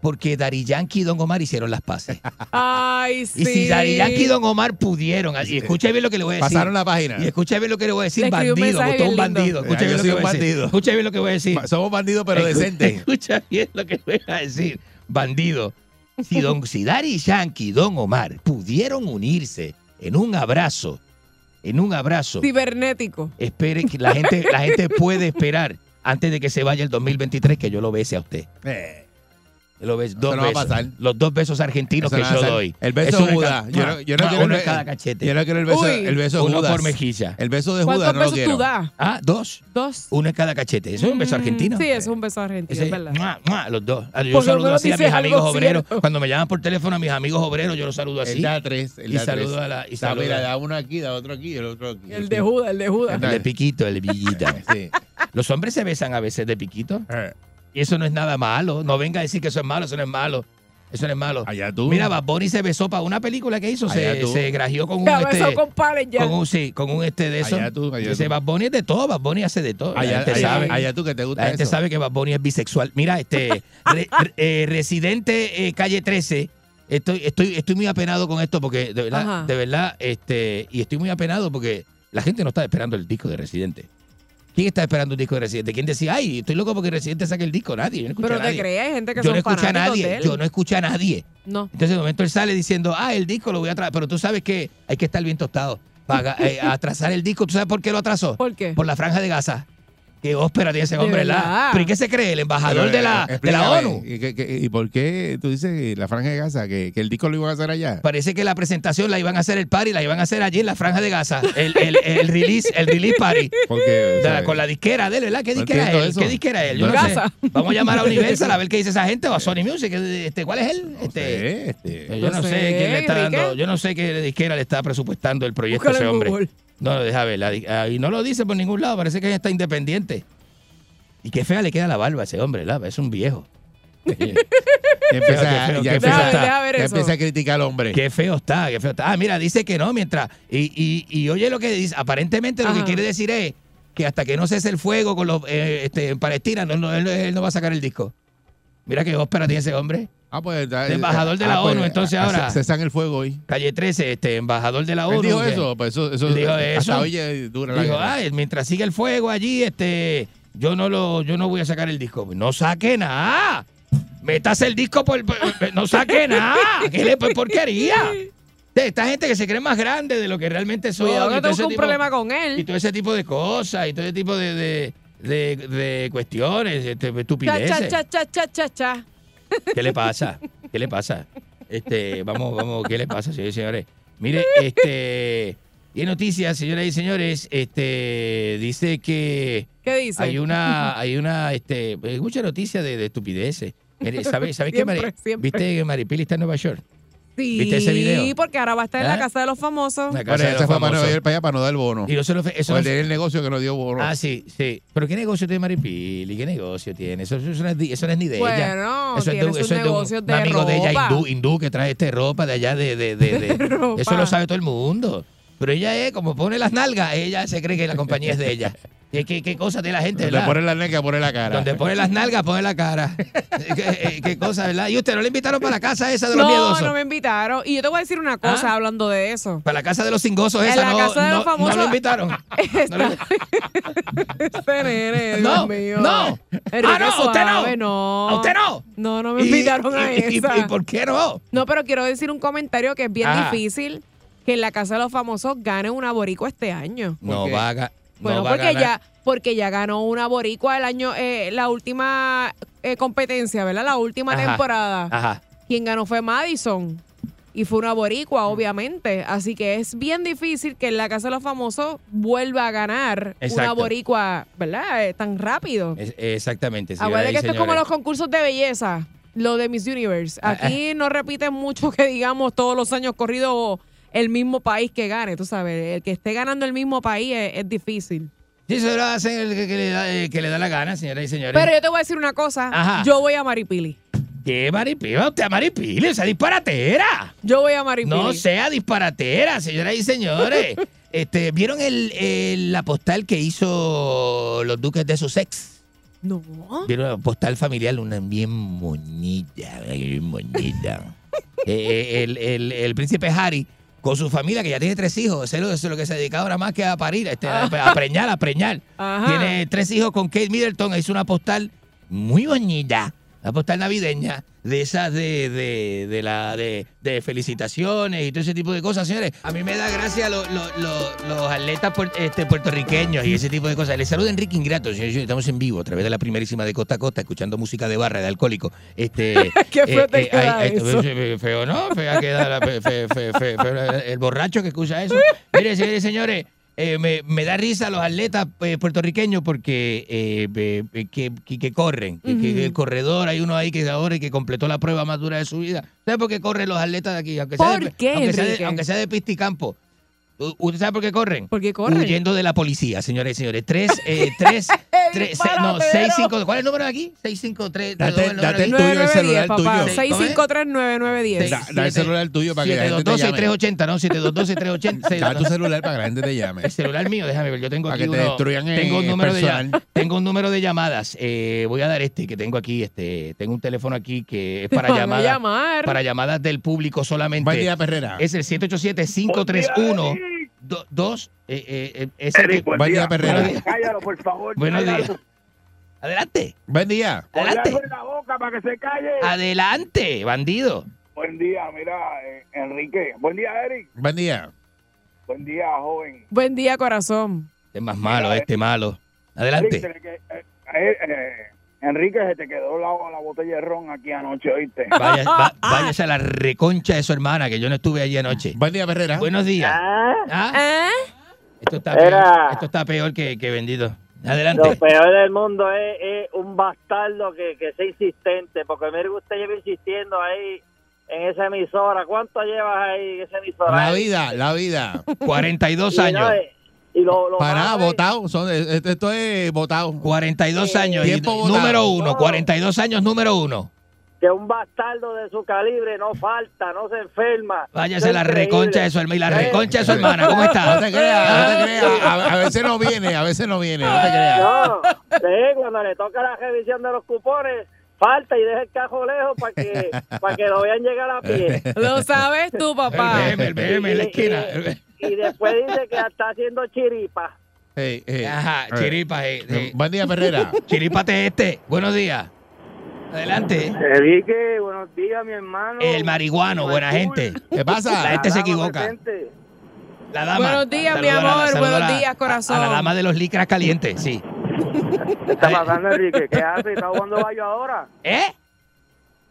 Speaker 3: Porque Dari Yankee y Don Omar hicieron las paces.
Speaker 4: Ay, sí.
Speaker 3: Y si Dari Yankee y Don Omar pudieron, y escucha bien lo que le voy a decir.
Speaker 2: Pasaron la página.
Speaker 3: Y escucha bien lo que le voy a decir,
Speaker 2: Le escribí un
Speaker 3: bandido,
Speaker 2: mensaje
Speaker 3: botón
Speaker 2: bien lindo.
Speaker 3: bandido. Escucha
Speaker 2: Ah, yo
Speaker 3: bien lo
Speaker 2: soy
Speaker 3: que
Speaker 2: un
Speaker 3: voy a decir.
Speaker 2: bandido.
Speaker 3: Escucha bien lo que voy a decir.
Speaker 2: Somos bandidos, pero
Speaker 3: Escu-
Speaker 2: decentes.
Speaker 3: Escucha bien lo que voy a decir, bandido. Si Don si Dari Yankee y Don Omar pudieron unirse en un abrazo, en un abrazo,
Speaker 4: Cibernético.
Speaker 3: espere que la gente, la gente puede esperar antes de que se vaya el 2023 que yo lo bese a usted.
Speaker 2: Eh,
Speaker 3: Lo ves,
Speaker 2: no
Speaker 3: dos
Speaker 2: va a
Speaker 3: besos.
Speaker 2: pasar.
Speaker 3: Los dos besos argentinos
Speaker 2: Eso
Speaker 3: que
Speaker 2: no va a
Speaker 3: yo
Speaker 2: ser.
Speaker 3: doy.
Speaker 2: El beso
Speaker 3: Eso
Speaker 2: de
Speaker 3: no es
Speaker 2: Judas.
Speaker 3: ca-
Speaker 2: Yo no, yo no
Speaker 3: Ah,
Speaker 2: quiero
Speaker 3: uno
Speaker 2: el,
Speaker 3: en cada cachete.
Speaker 2: Yo no quiero el beso,
Speaker 3: Uy.
Speaker 2: el beso de
Speaker 3: Uno
Speaker 2: Judas.
Speaker 3: por mejilla.
Speaker 2: El beso de
Speaker 4: ¿Cuántos
Speaker 2: Judas no lo
Speaker 4: besos
Speaker 2: quiero.
Speaker 4: tú das?
Speaker 3: Ah, dos.
Speaker 4: Dos.
Speaker 3: Uno en cada cachete. Eso es un beso argentino.
Speaker 4: Mm, Sí, es un beso argentino,
Speaker 3: Ese-
Speaker 4: es verdad.
Speaker 3: ¡mua, mua! los dos. Ah, Yo
Speaker 4: Por lo
Speaker 3: saludo
Speaker 4: menos
Speaker 3: así a mis
Speaker 4: dices algo
Speaker 3: amigos obreros.
Speaker 4: cierto.
Speaker 3: Cuando me llaman por teléfono a mis amigos obreros, yo los saludo así.
Speaker 2: Él da tres. él
Speaker 3: Ah, y
Speaker 2: da
Speaker 3: saludo
Speaker 2: tres.
Speaker 3: a la. Y
Speaker 2: Da,
Speaker 3: saludo
Speaker 2: mira,
Speaker 3: a-
Speaker 2: da uno aquí, da otro aquí, el otro aquí.
Speaker 4: El de Judas, el de Judas.
Speaker 3: El de piquito, el de pillita. Los hombres se besan a veces de piquito.
Speaker 2: Eh.
Speaker 3: Y eso no es nada malo. No venga a decir que eso es malo, eso no es malo. Eso no es malo.
Speaker 2: Allá tú.
Speaker 3: Mira, Bad Bunny se besó para una película que hizo.
Speaker 2: Allá
Speaker 3: Se,
Speaker 2: tú.
Speaker 3: se grajeó con un
Speaker 4: Ya,
Speaker 3: este,
Speaker 4: beso con pares ya.
Speaker 3: con un sí, con un este de eso.
Speaker 2: Allá tú, allá
Speaker 3: Ese
Speaker 2: tú.
Speaker 3: Bad Bunny es de todo, Bad Bunny hace de todo. La
Speaker 2: Allá,
Speaker 3: gente
Speaker 2: allá-
Speaker 3: sabe.
Speaker 2: allá tú que te gusta
Speaker 3: La gente
Speaker 2: eso.
Speaker 3: sabe que Bad Bunny es bisexual. Mira, este re- re- eh, residente eh, calle 13. Estoy, estoy, estoy muy apenado con esto porque de
Speaker 4: Ajá.
Speaker 3: verdad, de verdad, este, y estoy muy apenado porque la gente no está esperando el disco de Residente. ¿Quién está esperando un disco de Residente? ¿Quién decía, ay, estoy loco porque Residente saque el disco? Nadie. Yo no escuché
Speaker 4: Pero
Speaker 3: a nadie.
Speaker 4: te crees, hay gente que
Speaker 3: Yo
Speaker 4: son
Speaker 3: no escuché a
Speaker 4: fanáticos de
Speaker 3: nadie.
Speaker 4: él.
Speaker 3: Yo no escuché a nadie.
Speaker 4: No.
Speaker 3: Entonces, de momento él sale diciendo, ah, el disco lo voy a traer. Pero tú sabes que hay que estar bien tostado para eh, atrasar el disco. ¿Tú sabes por qué lo atrasó? ¿Por
Speaker 4: qué?
Speaker 3: Por la franja de Gaza. Qué óspera tiene ese
Speaker 4: De
Speaker 3: hombre, ¿verdad?
Speaker 4: verdad.
Speaker 3: ¿Pero y qué se cree? ¿El embajador
Speaker 2: Pero,
Speaker 3: de, la,
Speaker 2: eh,
Speaker 3: de la
Speaker 2: explícame,
Speaker 3: ONU?
Speaker 2: ¿Y, qué- qué- y por qué tú dices la franja de Gaza? Que, que el disco lo iban a hacer allá.
Speaker 3: Parece que la presentación la iban a hacer el party, la iban a hacer allí en la franja de Gaza. El, el, el release, el release party.
Speaker 2: Porque,
Speaker 3: De la-
Speaker 2: ¿sabes?
Speaker 3: con la disquera de él, ¿verdad? ¿Qué
Speaker 2: No
Speaker 3: disquera
Speaker 2: entiendo
Speaker 3: es él?
Speaker 2: eso.
Speaker 3: ¿Qué disquera es él? Yo
Speaker 2: No
Speaker 3: no sé.
Speaker 2: sé.
Speaker 3: Vamos a llamar a Universal a ver qué dice esa gente o a Sony Music. Este, ¿Cuál es él? Este, yo
Speaker 2: No
Speaker 3: no
Speaker 2: sé,
Speaker 3: sé quién le está
Speaker 2: Enrique.
Speaker 3: dando, yo no sé qué disquera le está presupuestando el proyecto a
Speaker 2: Búscalo
Speaker 3: ese
Speaker 2: en
Speaker 3: hombre.
Speaker 2: Google.
Speaker 3: No, deja ver. la di- ah, Y no lo dice por ningún lado, parece que está independiente. Y qué fea le queda la barba a ese hombre, ¿verdad? Es un viejo.
Speaker 2: Ya empieza,
Speaker 3: Deja ver,
Speaker 2: ya
Speaker 3: deja
Speaker 2: empieza-
Speaker 3: ver, deja ver
Speaker 2: ya
Speaker 3: eso.
Speaker 2: empieza a criticar al hombre.
Speaker 3: Qué feo está, qué feo está. Ah, mira, dice que no, mientras. Y, y, y oye lo que dice. Aparentemente lo que
Speaker 2: Ajá.
Speaker 3: quiere decir es que hasta que no cese el fuego con los eh, este, en Palestina, no, no, él, él no va a sacar el disco. Mira qué ópera tiene ese hombre.
Speaker 2: Ah, pues, da-
Speaker 3: El embajador de la
Speaker 2: ah, pues,
Speaker 3: ONU, entonces
Speaker 2: ah,
Speaker 3: ahora.
Speaker 2: se- Cesan el fuego hoy.
Speaker 3: Calle 13, este embajador de la
Speaker 2: Él
Speaker 3: ONU.
Speaker 2: dijo
Speaker 3: que-
Speaker 2: eso, pues eso, eso
Speaker 3: él dijo
Speaker 2: hasta
Speaker 3: eso.
Speaker 2: hoy eh, dura la
Speaker 3: Dijo,
Speaker 2: guerra.
Speaker 3: "Ay, mientras siga el fuego allí, este, yo no lo, yo no voy a sacar el disco. No saque nada. Metas el disco por, por- no saque nada. ¿Qué le por- porquería? De esta gente que se cree más grande de lo que realmente son.
Speaker 4: Cuidado
Speaker 3: y todo
Speaker 4: que tengo
Speaker 3: ese
Speaker 4: un
Speaker 3: tipo-
Speaker 4: problema con
Speaker 3: Y
Speaker 4: él.
Speaker 3: todo ese tipo de cosas, y todo ese tipo de, de, de- de cuestiones, este,
Speaker 4: Cha,
Speaker 3: estupideces.
Speaker 4: cha, cha, cha, cha, cha, cha.
Speaker 3: ¿Qué le pasa? ¿Qué le pasa? Este, vamos, vamos, ¿qué le pasa, señores y señores? Mire, este, Y en noticias, señoras y señores, este dice que
Speaker 4: ¿Qué dice?
Speaker 3: hay una, hay una, este, hay mucha noticia de, de estupideces. Mire, ¿Sabes, sabes qué, Mari-
Speaker 4: Siempre, siempre.
Speaker 3: ¿Viste que Maripili está en Nueva York?
Speaker 4: Sí,
Speaker 3: ¿Viste ese video?
Speaker 4: porque ahora va a estar en la
Speaker 3: ¿Eh?
Speaker 4: casa de los famosos.
Speaker 3: La casa
Speaker 2: Bueno,
Speaker 3: de
Speaker 2: él
Speaker 3: los
Speaker 2: se fue para Nueva
Speaker 3: famosos.
Speaker 2: York para allá para no dar bono.
Speaker 3: Y no solo fue- eso
Speaker 2: O
Speaker 3: no
Speaker 2: el
Speaker 3: es-
Speaker 2: Pues de- el negocio que no dio bono.
Speaker 3: Ah, sí, sí. Pero ¿qué negocio tiene Maripili? ¿Qué negocio tiene? Eso, eso no, es, di- eso no es ni de ella.
Speaker 4: Bueno,
Speaker 3: eso
Speaker 4: tiene sus
Speaker 3: un-
Speaker 4: negocios
Speaker 3: un
Speaker 4: de
Speaker 3: amigo de ella,
Speaker 4: ropa.
Speaker 3: hindú, hindú, que trae este ropa de allá de... de- de- de-
Speaker 4: ropa.
Speaker 3: Eso lo sabe todo el mundo. Pero ella es, como pone las nalgas, ella se cree que la compañía es de ella. ¿Qué, qué, qué cosa tiene la gente,
Speaker 2: Donde
Speaker 3: ¿verdad?
Speaker 2: pone la neca, pone la cara.
Speaker 3: Donde pone las nalgas, pone la cara. Eh, ¿Qué, qué cosa, ¿verdad? Y usted no le invitaron para la casa esa de los
Speaker 4: no,
Speaker 3: miedosos.
Speaker 4: no me invitaron. Y yo te voy a decir una cosa
Speaker 3: ¿Ah?
Speaker 4: hablando de eso.
Speaker 3: Para la casa de los cingosos
Speaker 4: En
Speaker 3: esa,
Speaker 4: la
Speaker 3: no,
Speaker 4: casa de
Speaker 3: no,
Speaker 4: los famosos-
Speaker 3: no lo invitaron.
Speaker 4: Este nene, Dios
Speaker 3: No,
Speaker 4: mío.
Speaker 3: no.
Speaker 4: Enrique
Speaker 3: Ah, no, usted no.
Speaker 4: Suave, no.
Speaker 3: ¿A usted no?
Speaker 4: No, no me
Speaker 3: ¿Y-
Speaker 4: invitaron a
Speaker 3: y- y-
Speaker 4: esa.
Speaker 3: y por Ah. qué no?
Speaker 4: No, pero quiero decir un comentario que es bien
Speaker 3: Ajá.
Speaker 4: difícil que en la casa de los famosos gane una boricua este año.
Speaker 3: No va a ga- no
Speaker 4: Bueno,
Speaker 3: va a
Speaker 4: porque
Speaker 3: ganar.
Speaker 4: ya, porque ya ganó una boricua el año, eh, la última eh, competencia, ¿verdad? La última
Speaker 3: Ajá,
Speaker 4: temporada.
Speaker 3: Ajá.
Speaker 4: Quien ganó fue Madison. Y fue una boricua,
Speaker 3: Mm.
Speaker 4: obviamente. Así que es bien difícil que en la Casa de los Famosos vuelva a ganar una
Speaker 3: Exacto.
Speaker 4: boricua, ¿verdad? Eh, tan rápido.
Speaker 3: Es- exactamente. señoras
Speaker 4: Acuérdate
Speaker 3: y
Speaker 4: que esto es como
Speaker 3: señores.
Speaker 4: los concursos de belleza, lo de Miss Universe.
Speaker 3: Ah,
Speaker 4: Aquí no repiten mucho que digamos todos los años corridos el mismo país que gane, tú sabes. El que esté ganando el mismo país es, es difícil.
Speaker 3: Sí, eso lo hacen el que, que le da, eh, que le da la gana, señoras y señores.
Speaker 4: Pero yo te voy a decir una cosa.
Speaker 3: Ajá.
Speaker 4: Yo voy a Maripili.
Speaker 3: ¿Qué maripili? Va Usted a maripili, o sea, disparatera.
Speaker 4: Yo voy a Maripili.
Speaker 3: No sea disparatera, señoras y señores. este, ¿Vieron el, el- la postal que hizo los duques de Sussex?
Speaker 4: No.
Speaker 3: Vieron la postal familiar, una bien moñita, bien moñita. Eh, eh, el, el- el príncipe Harry con su familia, que ya tiene tres hijos, eso es lo, eso es lo que se dedicaba ahora más que a parir, este, a, a preñar, a preñar.
Speaker 4: Ah. Ajá.
Speaker 3: Tiene tres hijos con Kate Middleton, hizo una postal muy bonita, una postal navideña, de esas de, de, de la, de, de felicitaciones y todo ese tipo de cosas, señores. A mí me da gracia lo- lo- lo- los atletas puer- este, puertorriqueños y ese tipo de cosas. Les saluda Enrique Ingrato, señores, señores, estamos en vivo a través de la primerísima de Costa a Costa, escuchando música de barra, de alcohólico. Este,
Speaker 15: Qué feo te queda
Speaker 3: ay, ay,
Speaker 15: eso.
Speaker 3: Feo, ¿no? Fea queda la- fe- fe- fe- fe- fe- el borracho que escucha eso. Mire, señores y señores, eh, me, me da risa los atletas eh, puertorriqueños porque eh, eh, eh, que, que- que corren. que- que- que el corredor, hay uno ahí que ahora y que completó la prueba más dura de su vida. ¿Sabe por qué corren los atletas de aquí? Aunque sea
Speaker 4: ¿Por
Speaker 3: de,
Speaker 4: qué,
Speaker 3: aunque sea de-
Speaker 4: Enrique?
Speaker 3: aunque sea de pista y campo. U- ¿Usted sabe por qué corren? Porque
Speaker 4: corren.
Speaker 3: Huyendo de la policía, señores y señores. Tres, eh, tres, tres, se- no,
Speaker 4: Disparatero.
Speaker 3: seis, cinco. ¿Cuál es el número de aquí? Seis, cinco, tres.
Speaker 2: Date-
Speaker 3: número de
Speaker 2: date el
Speaker 3: aquí.
Speaker 2: tuyo, el celular tuyo.
Speaker 4: 6539910.
Speaker 2: Da, da el celular tuyo para que la gente te llame.
Speaker 3: 722-6380, ¿no? 722-6380.
Speaker 2: Da tu celular para que la gente te llame.
Speaker 3: El celular mío, déjame ver, yo tengo
Speaker 2: Para
Speaker 3: aquí
Speaker 2: que te
Speaker 3: uno-
Speaker 2: destruyan el
Speaker 3: tengo un número de
Speaker 2: personal.
Speaker 3: llam- Tengo un número de llamadas. Eh, voy a dar este que tengo aquí, este, tengo un teléfono aquí que es
Speaker 4: Te
Speaker 3: para
Speaker 4: van a
Speaker 3: llamadas.
Speaker 4: llamar.
Speaker 3: Para llamadas del público solamente.
Speaker 2: Buen día, Perrera.
Speaker 3: Es el 787-531. do- dos, eh, eh, eh, es el que-
Speaker 2: buen Buen día, día. Perrera.
Speaker 3: Buenos días.
Speaker 5: Cállalo, por favor.
Speaker 3: Buenos
Speaker 5: cállalo.
Speaker 3: días. Adelante.
Speaker 2: Buen día.
Speaker 5: Ponle
Speaker 3: Adelante.
Speaker 5: algo en la boca para que se calle.
Speaker 3: Adelante, bandido.
Speaker 5: Buen día, mira, eh, Enrique. Buen día, Eric.
Speaker 2: Buen día.
Speaker 5: Buen día, joven.
Speaker 4: Buen día, corazón.
Speaker 3: Es más malo, este malo.
Speaker 5: Eric, se
Speaker 3: Adelante.
Speaker 5: le que- eh, eh, eh, Enrique, se te quedó la, la botella de ron aquí anoche, ¿oíste?
Speaker 3: Vaya, va- váyase a la reconcha de su hermana, que yo no estuve allí anoche.
Speaker 2: Buen día, Perrera.
Speaker 3: Buenos días. Ah,
Speaker 4: Ah.
Speaker 3: Esto está
Speaker 6: Ah, Era-
Speaker 3: peor, esto está peor que, que bendito. Adelante.
Speaker 6: Lo peor del mundo es, es un bastardo que, que sea insistente, porque mire que usted lleva insistiendo ahí en esa emisora. ¿Cuánto llevas ahí en esa emisora?
Speaker 2: La vida, la vida.
Speaker 3: 42
Speaker 6: Y no,
Speaker 2: años.
Speaker 6: eh, y lo, lo
Speaker 2: Pará,
Speaker 6: malo es-
Speaker 2: votado. Son, esto, esto es votado.
Speaker 3: 42 años. y
Speaker 2: Tiempo votado.
Speaker 3: número uno, 42 años número uno.
Speaker 6: que un bastardo de su calibre no falta, no se enferma.
Speaker 3: Váyase a
Speaker 6: Eso
Speaker 3: la
Speaker 6: es increíble.
Speaker 3: reconcha de su hermana. Y la
Speaker 6: Eh.
Speaker 3: reconcha de su hermana, ¿cómo está? ¿Ah?
Speaker 2: No te creas, no te creas. A, a veces no viene, a veces no viene, no te creas.
Speaker 6: No, sí, cuando le toca la revisión de los cupones, falta y deja el cajo lejos para que, para que lo vean llegar a pie.
Speaker 4: Lo sabes tú, papá.
Speaker 3: El BM, el BM, en la esquina.
Speaker 6: Y después dice que está haciendo chiripa.
Speaker 2: Hey, hey.
Speaker 3: Ajá,
Speaker 2: Eh,
Speaker 3: chiripa. eh, eh.
Speaker 2: Buen día, Perrera.
Speaker 3: Chiripate este. Buenos días. Adelante.
Speaker 6: Enrique, buenos días, mi hermano.
Speaker 3: El marihuano, buena gente.
Speaker 2: ¿Qué pasa?
Speaker 3: La gente se
Speaker 6: Dama
Speaker 3: equivoca.
Speaker 6: presente.
Speaker 3: La dama.
Speaker 4: Buenos días, mi
Speaker 3: Saluda a la-
Speaker 4: amor.
Speaker 3: saluda a la-
Speaker 4: Buenos días,
Speaker 3: A la
Speaker 4: corazón.
Speaker 3: dama de los licras calientes, sí.
Speaker 6: ¿Qué está pasando, Enrique? ¿Qué hace? ¿Está jugando gallo ahora?
Speaker 3: ¿Eh?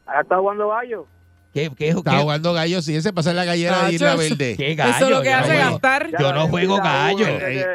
Speaker 6: ¿Ahora está jugando gallo?
Speaker 3: ¿Qué, qué,
Speaker 2: Está
Speaker 3: qué-
Speaker 2: jugando gallo, si ese pasa en la gallera de Isla Verde.
Speaker 3: ¿Qué gallo? Yo no juego- Yo no juego gallo.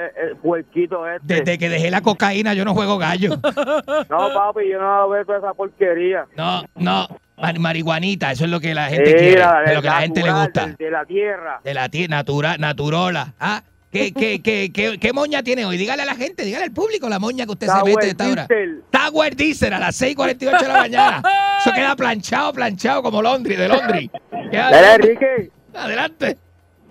Speaker 9: este.
Speaker 3: Desde que dejé la cocaína, yo no juego gallo. Ah.
Speaker 9: No, papi, yo no veo toda esa porquería.
Speaker 3: No, no. mar- marihuanita, eso es lo que la gente
Speaker 9: Mira,
Speaker 3: quiere,
Speaker 9: de
Speaker 3: de lo que la
Speaker 9: natural,
Speaker 3: gente le gusta.
Speaker 9: De, de la tierra.
Speaker 3: De la tierra, natura, naturola. Ah, ¿qué, qué, qué, qué, qué moña tiene hoy? Dígale a la gente, dígale al público la moña que usted se mete a esta hora. Tower Diesel a las 6.48 de la mañana. Eso queda planchado, planchado como Londres, de Londres. Queda-
Speaker 9: Dale, Enrique.
Speaker 3: Adelante.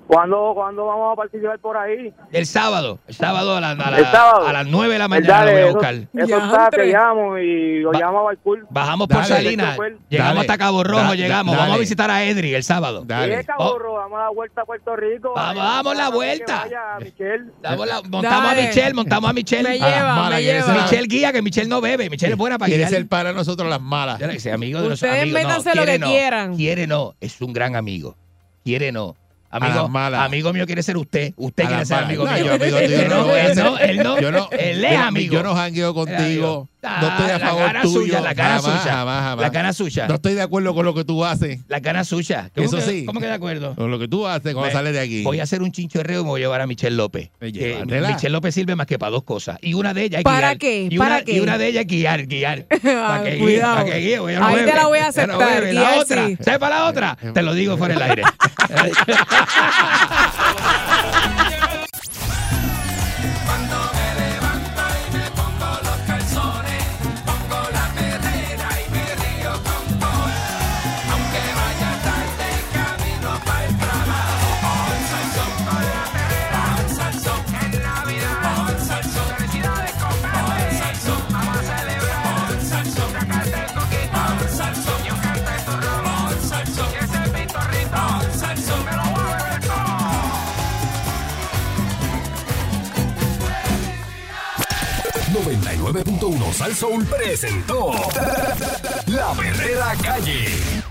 Speaker 9: ¿Cuándo, ¿Cuándo vamos a participar por ahí?
Speaker 3: El sábado, el sábado a, la- a la-
Speaker 9: El sábado.
Speaker 3: a las 9 de la
Speaker 9: El
Speaker 3: mañana
Speaker 9: Pues dale,
Speaker 3: lo voy a
Speaker 9: eso-
Speaker 3: buscar.
Speaker 9: Eso está, te llamo y lo llamo a Barcool.
Speaker 3: Bajamos por Salinas, llegamos hasta Cabo Rojo, llegamos. Vamos a visitar a Edri el sábado. Oh,
Speaker 9: Dale. Caborro, damos la vuelta a Puerto Rico. Vamos,
Speaker 3: damos la vuelta. Damos la- montamos a Michelle, montamos a Michelle.
Speaker 9: Me lleva,
Speaker 3: A las malas,
Speaker 9: me
Speaker 3: quiere
Speaker 9: lleva.
Speaker 3: ser- Michelle guía, que Michelle no bebe. Michelle es buena para
Speaker 2: Quiere
Speaker 3: guiar.
Speaker 2: ser para nosotros las malas.
Speaker 3: Yo le decía, amigo de los
Speaker 2: Ustedes
Speaker 3: amigos. no,
Speaker 2: métanse lo
Speaker 3: quiere
Speaker 2: que
Speaker 3: no,
Speaker 2: quieran.
Speaker 3: Quiere no, es un gran amigo. Quiere no.
Speaker 2: A
Speaker 3: Amigo,
Speaker 2: las malas.
Speaker 3: amigo mío quiere ser usted. Usted
Speaker 2: A
Speaker 3: quiere
Speaker 2: las
Speaker 3: ser
Speaker 2: malas.
Speaker 3: amigo
Speaker 2: No,
Speaker 3: mío.
Speaker 2: yo, amigo tuyo,
Speaker 3: Él
Speaker 2: no
Speaker 3: no,
Speaker 2: voy a
Speaker 3: él
Speaker 2: ser-
Speaker 3: no, él no.
Speaker 2: yo no-
Speaker 3: él es
Speaker 2: yo-
Speaker 3: amigo. Ah,
Speaker 2: yo no jangueo contigo. No estoy
Speaker 3: la
Speaker 2: a favor
Speaker 3: cara
Speaker 2: tuyo.
Speaker 3: suya, la cara
Speaker 2: Jamás,
Speaker 3: suya.
Speaker 2: jamás, jamás.
Speaker 3: La cara suya.
Speaker 2: No estoy de acuerdo con lo que tú haces.
Speaker 3: La cara suya. ¿Cómo
Speaker 2: Eso
Speaker 3: que-
Speaker 2: sí.
Speaker 3: ¿Cómo que de acuerdo?
Speaker 2: Con lo que tú haces cuando
Speaker 3: Me-
Speaker 2: sales de aquí.
Speaker 3: Voy a hacer un chinchorreo y me voy a llevar a Michelle López. Que
Speaker 2: llévatela.
Speaker 3: Michelle López sirve más que para dos cosas. Y una de ellas es
Speaker 4: ¿Para
Speaker 3: guiar.
Speaker 4: qué?
Speaker 3: Y una,
Speaker 4: ¿Para qué?
Speaker 3: y una de ellas es guiar, guiar.
Speaker 4: Ah,
Speaker 3: Para que guíe,
Speaker 4: cuidado.
Speaker 3: para que guíe. porque ella no
Speaker 4: Ahí te
Speaker 3: bebe.
Speaker 4: la voy a
Speaker 3: Ella no
Speaker 4: aceptar,
Speaker 3: bebe.
Speaker 4: guiar
Speaker 3: La otra.
Speaker 4: sí.
Speaker 3: ¿Sabes para la otra?
Speaker 10: Eh,
Speaker 3: Te lo digo fuera del aire.
Speaker 10: los calzones, pongo la perrera y me río con Paul. Aunque vaya tarde, camino para el trabajo. Paul Salsón con la perrera. Paul Salsón en Navidad. Paul Salsón, felicidades compadre. Paul Salsón, vamos a celebrar. Paul Salsón, sacarte el coquito. Paul Salsón, yo canto el torrón. Paul Salsón, que ese pitorrito. Paul Salsón, me lo voy a beber todo.
Speaker 1: Sol 99.1 Sal Soul presentó La Verdadera Calle.